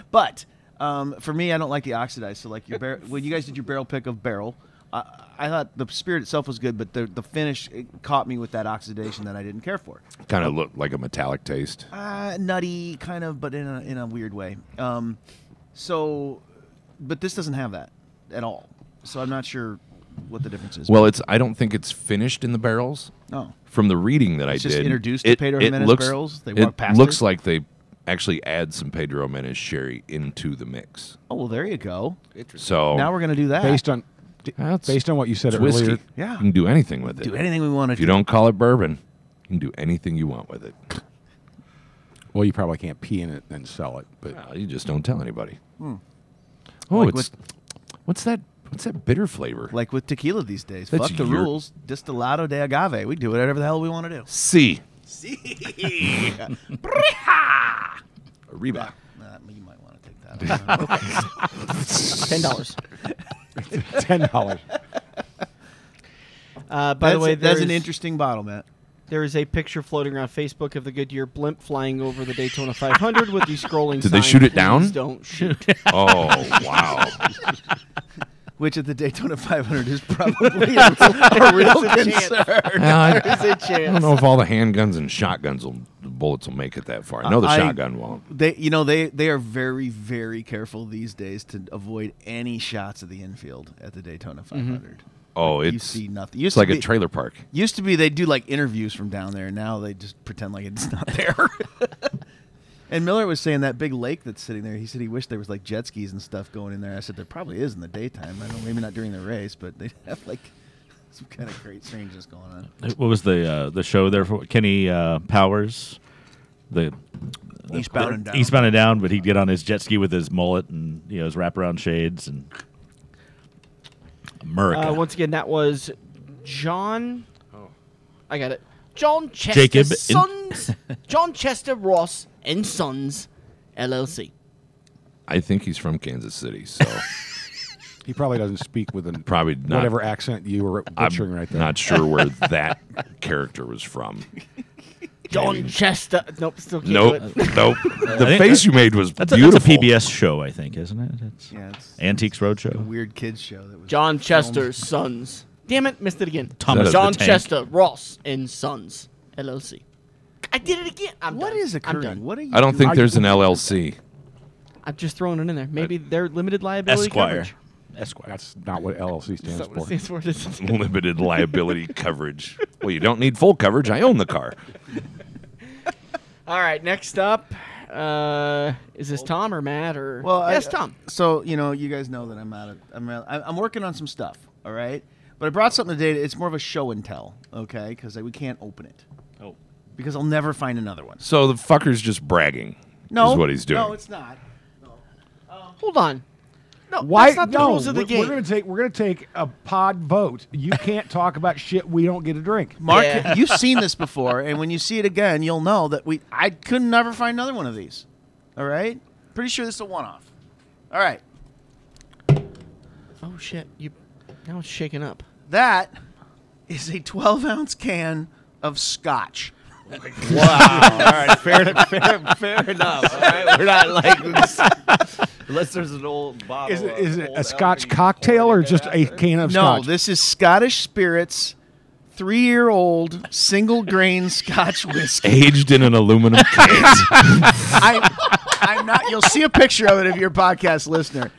Speaker 4: But Um, for me, I don't like the oxidized. So like your bar- when you guys did your barrel pick of barrel, I, I thought the spirit itself was good, but the the finish it caught me with that oxidation that I didn't care for.
Speaker 2: Kind of looked like a metallic taste.
Speaker 4: Uh, nutty kind of, but in a in a weird way. Um, so, but this doesn't have that at all. So I'm not sure what the difference is. Oh.
Speaker 2: Well, it's I don't think it's finished in the barrels.
Speaker 4: no.
Speaker 2: From the reading that I
Speaker 4: It's
Speaker 2: did,
Speaker 4: just introduced to Pedro Jimenez barrels. They
Speaker 2: it
Speaker 4: walk past
Speaker 2: looks
Speaker 4: it.
Speaker 2: like they actually add some Pedro Jimenez sherry into the mix.
Speaker 4: Oh well, there you go.
Speaker 2: So
Speaker 4: Now we're gonna do that.
Speaker 3: Based on d-
Speaker 2: That's-
Speaker 3: based on what you said
Speaker 2: it's
Speaker 3: earlier,
Speaker 2: whiskey.
Speaker 4: Yeah.
Speaker 2: you can do anything with it.
Speaker 4: do anything we want to
Speaker 2: Mm. If you don't call it bourbon, you can do anything you want with it.
Speaker 3: well, you probably can't pee in it and sell it, but
Speaker 2: Well, you just don't tell anybody. Oh,
Speaker 4: Hmm. Like
Speaker 2: it's what's that? What's that bitter flavor?
Speaker 4: like with tequila these days.
Speaker 2: That's
Speaker 4: Fuck the
Speaker 2: your-
Speaker 4: rules. Destilado de agave. We do whatever the hell we want to do.
Speaker 2: C. Arriba.
Speaker 4: Nah, you might want to take that. out.
Speaker 1: Ten dollars.
Speaker 3: ten dollars.
Speaker 1: Uh, by
Speaker 4: By
Speaker 1: the way,
Speaker 4: that's
Speaker 1: there's-
Speaker 4: an interesting bottle, Matt.
Speaker 1: There is a picture floating around Facebook of the Goodyear blimp flying over the Daytona 500 with the scrolling.
Speaker 2: Did they
Speaker 1: sign,
Speaker 2: shoot it
Speaker 1: "Please
Speaker 2: down?"
Speaker 1: Don't shoot.
Speaker 2: Oh wow!
Speaker 4: Which at the Daytona 500 is probably a, a real concern.
Speaker 2: Well, I,
Speaker 1: There's a
Speaker 2: I don't
Speaker 1: chance.
Speaker 2: know if all the handguns and shotguns will the bullets will make it that far. I know the
Speaker 4: I-
Speaker 2: shotgun won't.
Speaker 4: They, you know, they they are very very careful these days to avoid any shots of the infield at the Daytona
Speaker 1: Mm-hmm.
Speaker 4: 500.
Speaker 2: Oh, it's
Speaker 4: you see nothing. Used
Speaker 2: It's like
Speaker 4: to
Speaker 2: a
Speaker 4: be-
Speaker 2: trailer park.
Speaker 4: Used to be they do like interviews from down there. Now they just pretend like it's not there. and Miller was saying that big lake that's sitting there. He said he wished there was like jet skis and stuff going in there. I said there probably is in the daytime. I don't maybe not during the race, but they have like some kind of great strangeness going on.
Speaker 7: What was the uh, the show there for Kenny uh, Powers? The
Speaker 4: Eastbound and down.
Speaker 7: Eastbound and down, but he'd get on his jet ski with his mullet and you know his wraparound shades and
Speaker 3: Uh,
Speaker 7: America.
Speaker 1: Uh, once again, that was John.
Speaker 4: Oh.
Speaker 1: I got it. John Chester
Speaker 7: Jacob in-
Speaker 1: Sons. John Chester Ross and Sons, LLC.
Speaker 2: I think he's from Kansas City, so
Speaker 3: He probably doesn't speak with an
Speaker 2: probably not.
Speaker 3: whatever accent you were
Speaker 2: I'm
Speaker 3: butchering right there.
Speaker 2: not sure where that character was from.
Speaker 1: John Chester. Nope, still can't
Speaker 2: Nope,
Speaker 1: do it.
Speaker 2: nope. The
Speaker 7: think
Speaker 2: face you made was
Speaker 7: that's, a, that's
Speaker 2: beautiful.
Speaker 7: a PBS show, I think, isn't it? It's
Speaker 4: Yeah, it's
Speaker 7: Antiques
Speaker 4: a
Speaker 7: Roadshow.
Speaker 4: weird kids show that was
Speaker 1: John
Speaker 4: filmed.
Speaker 1: Chester's Sons. Damn it, missed it again.
Speaker 7: Thomas the
Speaker 1: John
Speaker 7: Tank.
Speaker 1: Chester Ross and Sons, LLC. I did it again. I'm
Speaker 4: What
Speaker 1: done.
Speaker 4: is
Speaker 1: I'm
Speaker 4: occurring?
Speaker 1: done.
Speaker 4: What are you?
Speaker 2: I don't think
Speaker 4: doing?
Speaker 2: there's an LLC.
Speaker 1: I'm just throwing it in there. Maybe they're limited liability
Speaker 7: Uh, Esquire.
Speaker 1: coverage.
Speaker 7: Esquire.
Speaker 3: That's not what LLC
Speaker 1: Is
Speaker 3: stands
Speaker 1: that what it
Speaker 3: for.
Speaker 1: stands for? This is-
Speaker 2: Limited liability coverage. Well, you don't need full coverage. I own the car.
Speaker 1: All right, next up, uh, is this Tom or Matt or?
Speaker 4: Oh. Well, I- uh,
Speaker 1: yes, Tom.
Speaker 4: So you know, you guys know that I'm out of. I'm out- I- I'm working on some stuff. All right, but I brought something today. It's more of a show and tell. Okay, because we can't open it.
Speaker 5: Oh.
Speaker 4: Because I'll never find another one.
Speaker 2: So the fucker's just bragging.
Speaker 4: No,
Speaker 2: is what he's doing.
Speaker 4: No, it's not.
Speaker 1: Hold on. No,
Speaker 3: Why?
Speaker 1: that's not the
Speaker 3: no,
Speaker 1: rules of the
Speaker 3: we're,
Speaker 1: game.
Speaker 3: we're gonna take we're gonna take a pod vote. You can't talk about shit we don't get a drink.
Speaker 4: Mark,
Speaker 1: Yeah.
Speaker 4: you've seen this before, and when you see it again, you'll know that we. I could never find another one of these. All right, pretty sure this is a one-off. All right,
Speaker 1: oh shit! You now it's shaking up.
Speaker 4: that is a 12-ounce can of scotch.
Speaker 5: Wow. All right. Fair, fair, fair enough. All right. We're not like. Unless there's an old
Speaker 1: Oh,
Speaker 5: bottle.
Speaker 3: Is it,
Speaker 5: of
Speaker 3: is it a
Speaker 5: old
Speaker 3: Scotch
Speaker 5: Elfie
Speaker 3: cocktail or
Speaker 5: pouring
Speaker 3: just
Speaker 5: it
Speaker 3: a
Speaker 5: out.
Speaker 3: can of
Speaker 4: No,
Speaker 3: Scotch?
Speaker 4: this is Scottish Spirits, three year old single grain Scotch whiskey.
Speaker 2: Aged in an aluminum can.
Speaker 4: I, I'm not. You'll see a picture of it if you're a podcast listener.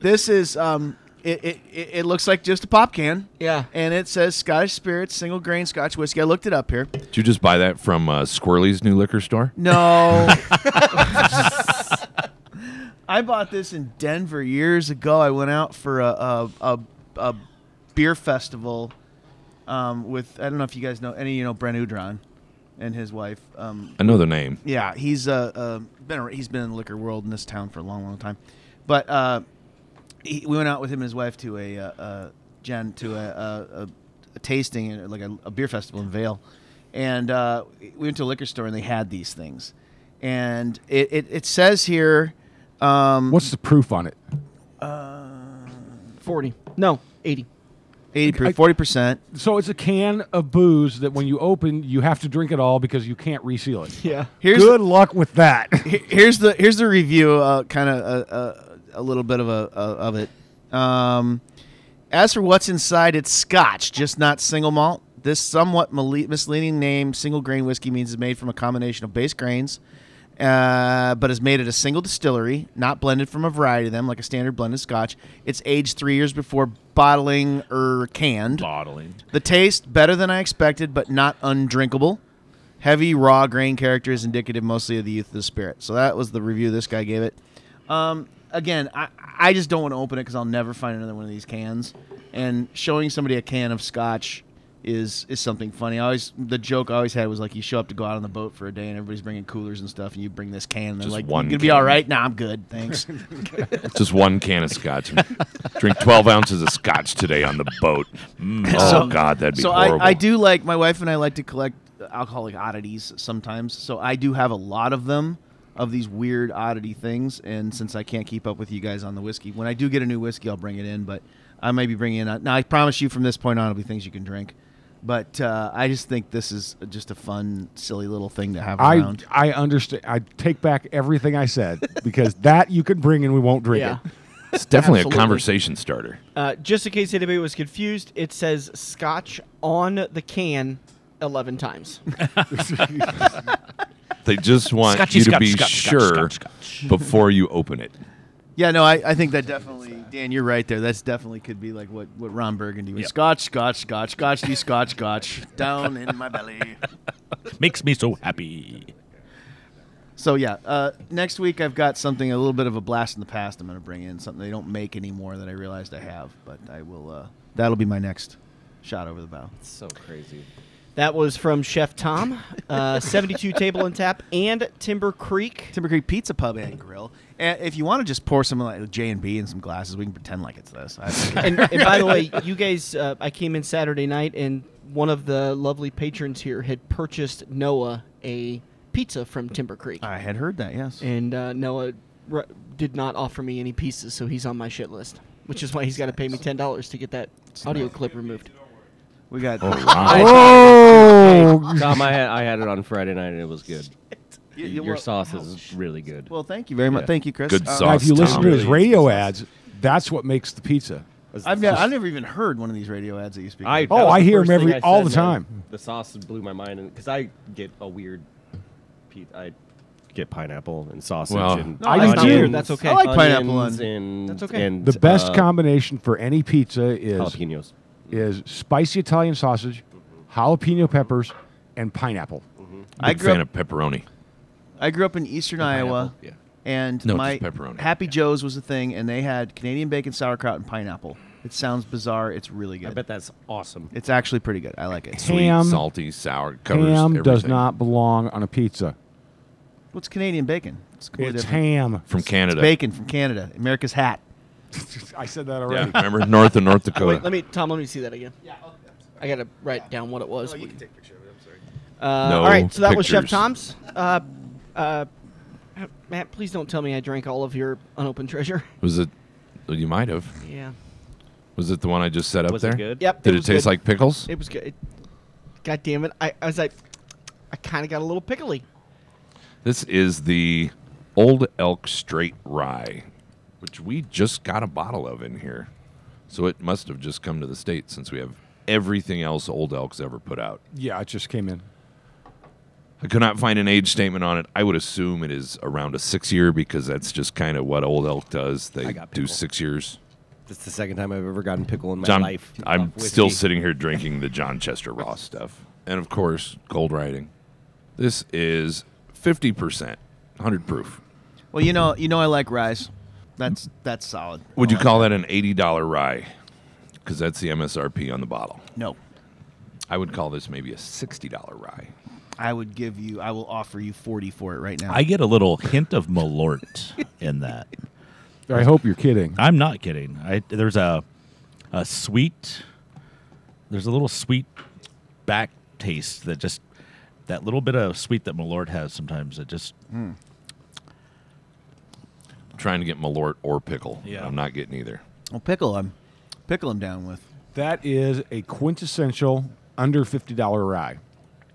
Speaker 4: This is. Um, it, it, it it looks like just a pop can.
Speaker 1: Yeah.
Speaker 4: And it says Scottish Spirits, single grain Scotch whiskey. I looked it up here.
Speaker 2: Did you just buy that from uh, Squirrely's new liquor store?
Speaker 4: No. I bought this in Denver years ago. I went out for a a, a, a beer festival um, with I don't know if you guys know any you know Brent Udron and his wife. Um,
Speaker 2: I know the name.
Speaker 4: yeah, he's uh, uh, been ar- he's been in the liquor world in this town for a long, long time. But uh, he, we went out with him and his wife to a uh, uh, Jen to a, a, a, a tasting uh, like a, a beer festival in Vale, and uh, we went to a liquor store and they had these things, and it, it, it says here. Um,
Speaker 3: What's the proof on it?
Speaker 1: Forty. No, eighty.
Speaker 4: 80 40 percent
Speaker 3: So it's a can of booze that when you open, you have to drink it all because you can't reseal it.
Speaker 1: Yeah.
Speaker 4: here's
Speaker 3: Good luck with that.
Speaker 4: Here- here's the here's the review uh, kind of uh, uh, a little bit of a, a of it. Um, as for what's inside, it's Scotch, just not single malt. This somewhat male- misleading name, single grain whiskey, means it's made from a combination of base grains, uh, but is made at a single distillery, not blended from a variety of them like a standard blended Scotch. It's aged three years before bottling or canned.
Speaker 7: bottling.
Speaker 4: The taste better than I expected, but not undrinkable. Heavy raw grain character is indicative mostly of the youth of the spirit. So that was the review this guy gave it. Um, again, I, I just don't want to open it because I'll never find another one of these cans. And showing somebody a can of scotch is is something funny. I always the joke I always had was like you show up to go out on the boat for a day and everybody's bringing coolers and stuff and you bring this can and they're
Speaker 2: Just
Speaker 4: like
Speaker 2: one
Speaker 4: you gonna be
Speaker 2: can.
Speaker 4: all right. Nah, I'm good. Thanks.
Speaker 2: Just one can of scotch. Drink 12 ounces of scotch today on the boat. oh,
Speaker 4: So-
Speaker 2: God, that'd be
Speaker 4: so
Speaker 2: horrible.
Speaker 4: I, I do like my wife and I like to collect alcoholic oddities sometimes. So I do have a lot of them of these weird oddity things. And since I can't keep up with you guys on the whiskey, when I do get a new whiskey, I'll bring it in. But I may be bringing in. Now I promise you, from this point on, it'll be things you can drink. But uh, I just think this is just a fun, silly little thing to have
Speaker 3: I,
Speaker 4: around.
Speaker 3: I understand. I take back everything I said because that you can bring and we won't drink
Speaker 1: Yeah.
Speaker 3: it.
Speaker 2: It's definitely
Speaker 1: Absolutely.
Speaker 2: a conversation starter.
Speaker 1: Uh, just in case anybody was confused, it says Scotch on the can eleven times.
Speaker 2: They just want
Speaker 7: Scotchy
Speaker 2: you to
Speaker 7: scotch,
Speaker 2: be
Speaker 7: scotch, scotch,
Speaker 2: sure
Speaker 7: scotch, scotch.
Speaker 2: before you open it.
Speaker 4: Yeah, no, I, I think that definitely, Dan, you're right there. That's definitely could be like what, what Ron Burgundy was.
Speaker 7: Yep.
Speaker 4: Scotch, scotch, scotch, scotch, de scotch, scotch, down in my belly.
Speaker 7: Makes me so happy.
Speaker 4: So yeah, uh, next week I've got something a little bit of a blast in the past. I'm going to bring in something they don't make anymore that I realized I have, but I will. Uh, that'll be my next shot over the bow.
Speaker 6: So crazy.
Speaker 1: That was from Chef Tom, uh, 72 Table and Tap, and Timber Creek.
Speaker 4: Timber Creek Pizza Pub and Grill. And if you want to just pour some like J and B in some glasses, we can pretend like it's this. I don't care.
Speaker 1: And, and by the way, you guys, uh, I came in Saturday night, and one of the lovely patrons here had purchased Noah a pizza from Timber Creek,
Speaker 4: I had heard that. Yes.
Speaker 1: and uh, Noah r- did not offer me any pieces, so he's on my shit list, which is why he's got to pay me ten dollars to get that audio clip removed.
Speaker 4: We got.
Speaker 3: Oh,
Speaker 6: Tom, I had, I had it on Friday night and it was good.
Speaker 4: You- you-
Speaker 6: Your
Speaker 4: well-
Speaker 6: sauce is really good.
Speaker 4: Well, thank you very much.
Speaker 6: Yeah.
Speaker 4: Thank you, Chris.
Speaker 2: Good
Speaker 4: Uh,
Speaker 3: now
Speaker 2: sauce.
Speaker 3: if you listen to his
Speaker 7: Really
Speaker 3: radio ads, that's what makes the pizza.
Speaker 4: I've, ne- I've never even heard one of these radio ads that you speak.
Speaker 6: I,
Speaker 4: of.
Speaker 3: Oh,
Speaker 6: that was
Speaker 3: I
Speaker 6: the
Speaker 3: hear
Speaker 6: first
Speaker 3: him every-
Speaker 6: thing I
Speaker 3: all
Speaker 6: said,
Speaker 3: the
Speaker 6: man.
Speaker 3: time.
Speaker 6: The sauce blew my mind because I get a weird. pe- I get pineapple and sausage
Speaker 2: Well,
Speaker 6: and
Speaker 4: No, I do
Speaker 6: onions,
Speaker 4: too.
Speaker 1: That's okay.
Speaker 4: I like pineapple
Speaker 6: onions
Speaker 4: on-
Speaker 6: and
Speaker 1: That's okay.
Speaker 6: And,
Speaker 3: The best
Speaker 6: uh,
Speaker 3: combination for any pizza is
Speaker 6: jalapenos.
Speaker 3: is spicy Italian sausage, jalapeno peppers, and pineapple.
Speaker 4: I
Speaker 2: Big
Speaker 4: grew
Speaker 2: fan
Speaker 4: up.
Speaker 2: of pepperoni.
Speaker 4: I grew up in Eastern Iowa.
Speaker 6: pineapple,
Speaker 4: And
Speaker 2: No,
Speaker 4: my
Speaker 2: just pepperoni.
Speaker 4: Happy Joe's was a thing, and they had Canadian bacon, sauerkraut, and pineapple. It sounds bizarre. It's really
Speaker 6: I
Speaker 4: good.
Speaker 6: bet that's awesome.
Speaker 4: It's actually pretty good. I like it.
Speaker 2: Sweet,
Speaker 3: Ham-
Speaker 2: salty, sour, covers
Speaker 3: Ham
Speaker 2: everything.
Speaker 3: does not belong on a pizza.
Speaker 4: What's Canadian bacon? It's, completely
Speaker 3: It's
Speaker 4: different.
Speaker 3: ham.
Speaker 2: From Canada.
Speaker 4: Bacon from Canada, America's hat.
Speaker 3: I said that
Speaker 2: Yeah,
Speaker 3: already.
Speaker 2: remember? North and North Dakota.
Speaker 1: Wait, let me, Tom. Let me see that again. Yeah, I gotta write down what it was.
Speaker 4: take a picture of it. I'm sorry.
Speaker 1: Uh,
Speaker 2: No
Speaker 1: all right, so that was Chef
Speaker 2: pictures.
Speaker 1: Tom's. Uh, uh, Matt, please don't tell me I drank all of your unopened treasure.
Speaker 2: Was it? well, You might have.
Speaker 1: Yeah.
Speaker 2: Was it the one I just set up
Speaker 6: Was it
Speaker 2: there?
Speaker 6: good?
Speaker 1: Yep.
Speaker 2: Did it,
Speaker 1: was
Speaker 2: taste
Speaker 1: good.
Speaker 2: like pickles?
Speaker 1: It was good. It- God damn it! I, I was like, I kind of got a little pickly.
Speaker 2: This is the Old Elk Straight Rye, which we just got a bottle of in here. So it must have just come to the state since we have everything else Old Elk's ever put out.
Speaker 3: yeah, it just came in.
Speaker 2: I could not find an age statement on it. I would assume it is around a six year because that's just kind of what Old Elk does. They
Speaker 6: got
Speaker 2: do
Speaker 6: pickle.
Speaker 2: six years.
Speaker 6: That's the second time I've ever gotten pickle in my
Speaker 2: John,
Speaker 6: life.
Speaker 2: I'm
Speaker 6: Off whiskey.
Speaker 2: still sitting here drinking the John Chester Ross stuff. And of course, cold riding. This is 50%, 100 proof.
Speaker 4: Well, you know, you know, I like rice. That's that's solid.
Speaker 2: Would you
Speaker 6: Oh,
Speaker 4: Uh,
Speaker 2: call that an $80 rye? Because that's the MSRP on the bottle.
Speaker 4: No,
Speaker 2: I would call this maybe a $60 rye.
Speaker 4: I would give you. I will offer you forty for it right now.
Speaker 7: I get a little hint of Malort in that.
Speaker 3: I hope you're kidding.
Speaker 7: I'm not kidding. I there's a a sweet there's a little sweet back taste that just that little bit of sweet that Malort has sometimes it just
Speaker 2: I'm trying to get Malort or pickle.
Speaker 7: Yeah.
Speaker 2: I'm not getting either.
Speaker 4: well, pickle them, pickle them down with.
Speaker 3: That is a quintessential under fifty dollar rye.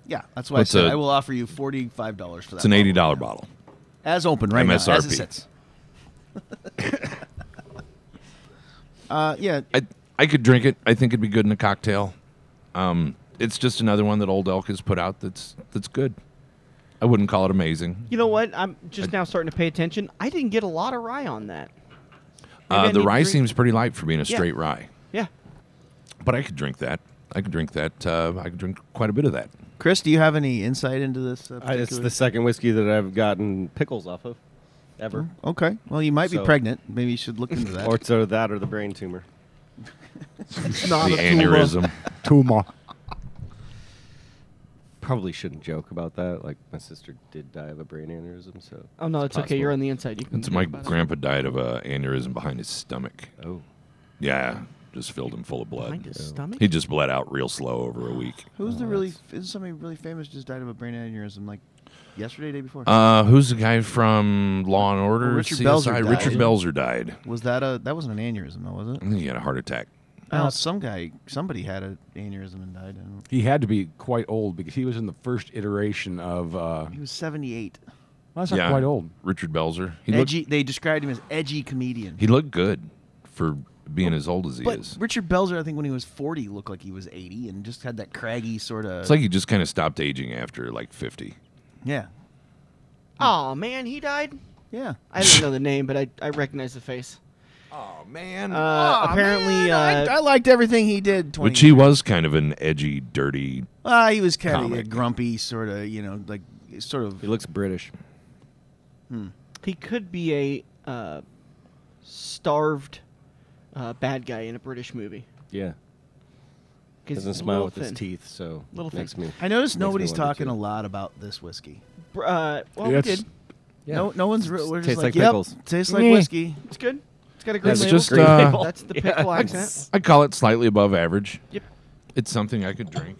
Speaker 4: Yeah, that's why I
Speaker 2: What's
Speaker 4: said
Speaker 2: a-
Speaker 4: I will offer you forty five dollars for that.
Speaker 2: It's an
Speaker 4: bottle.
Speaker 2: $80 bottle.
Speaker 4: as open right now. As it
Speaker 2: MSRP.
Speaker 4: sits. Uh, yeah,
Speaker 2: I I could drink it. I think it'd be good in a cocktail. Um, it's just another one that Old Elk has put out that's that's good. I wouldn't call it amazing.
Speaker 1: You know what? I'm just now starting to pay attention. I didn't get a lot of rye on that. Maybe I
Speaker 2: Uh,
Speaker 1: need
Speaker 2: the
Speaker 1: to
Speaker 2: rye
Speaker 1: drink-
Speaker 2: seems pretty light for being a
Speaker 1: Yeah.
Speaker 2: straight rye,
Speaker 1: Yeah.
Speaker 2: but I could drink that. I could drink that. Uh, I could drink quite a bit of that.
Speaker 4: Chris, do you have any insight into this? Uh,
Speaker 6: I, it's
Speaker 4: particular-
Speaker 6: the second whiskey that I've gotten pickles off of,
Speaker 3: Oh,
Speaker 6: ever.
Speaker 4: okay. Well, you might be
Speaker 6: So-
Speaker 4: pregnant. Maybe you should look into that.
Speaker 6: Or so that, or the brain tumor.
Speaker 2: the aneurysm.
Speaker 3: Tumor.
Speaker 6: Probably shouldn't joke about that. Like my sister did die of a brain aneurysm, so
Speaker 1: Oh no, it's, okay.
Speaker 6: possible.
Speaker 1: You're on the inside. You can.
Speaker 2: It's
Speaker 1: think
Speaker 2: my
Speaker 1: about it.
Speaker 2: grandpa died of a aneurysm behind his stomach.
Speaker 6: Oh,
Speaker 2: Yeah, just filled him full of blood.
Speaker 1: Behind his stomach?
Speaker 2: He just bled out real slow over a week.
Speaker 4: Who's the really? Is somebody really famous just died of a brain aneurysm like yesterday, day before?
Speaker 2: Uh, who's the guy from Law and Order?
Speaker 4: Richard
Speaker 2: CSI?
Speaker 4: Belzer died.
Speaker 2: Richard Belzer died.
Speaker 4: was that a? That wasn't an aneurysm, though, was
Speaker 2: I
Speaker 4: it?
Speaker 2: think he had a heart attack.
Speaker 4: No, some guy, somebody had an aneurysm and died. I don't-
Speaker 3: He had to be quite old because he was in the first iteration of. Uh, well,
Speaker 4: He was seventy-eight.
Speaker 3: that's not
Speaker 2: yeah,
Speaker 3: quite old.
Speaker 2: Richard Belzer. He looked,
Speaker 4: edgy. They described him as edgy comedian.
Speaker 2: he looked good for being as old as he
Speaker 4: but
Speaker 2: is.
Speaker 4: Richard Belzer, I think when he was forty, looked like he was eighty and just had that craggy sort of.
Speaker 2: It's like he just kind of stopped aging after like 50.
Speaker 4: yeah,
Speaker 1: Oh man, he died.
Speaker 4: yeah.
Speaker 1: I didn't know the name, but I, I recognize the face.
Speaker 2: Oh, man.
Speaker 1: Uh, apparently, uh,
Speaker 4: I, I liked everything he did. 20
Speaker 2: Which he was kind of an edgy, dirty.
Speaker 4: Uh, he was kind of a
Speaker 2: Comic.
Speaker 4: grumpy sort of, you know, like sort of.
Speaker 6: he looks British.
Speaker 1: he could be a uh, starved uh, bad guy in a British movie.
Speaker 6: Yeah,
Speaker 1: 'Cause
Speaker 6: doesn't
Speaker 1: he's a
Speaker 6: smile
Speaker 1: little
Speaker 6: with his
Speaker 1: thin.
Speaker 6: teeth, so
Speaker 1: Little
Speaker 6: makes
Speaker 1: thin.
Speaker 6: me.
Speaker 4: I noticed
Speaker 6: makes me
Speaker 4: nobody's
Speaker 6: wonder,
Speaker 4: talking
Speaker 6: too.
Speaker 4: a lot about this whiskey.
Speaker 1: Br- Uh, well, we
Speaker 3: It's-
Speaker 1: did.
Speaker 4: No, no one's. Re- we're just
Speaker 6: Tastes
Speaker 4: like,
Speaker 6: like
Speaker 4: yep,
Speaker 6: pickles."
Speaker 4: Tastes like
Speaker 3: Meh.
Speaker 4: whiskey.
Speaker 1: It's good. It's got a great
Speaker 2: It's
Speaker 1: label.
Speaker 2: just, uh,
Speaker 1: That's the pickle accent.
Speaker 2: I call it slightly above average.
Speaker 1: Yep.
Speaker 2: It's something I could drink.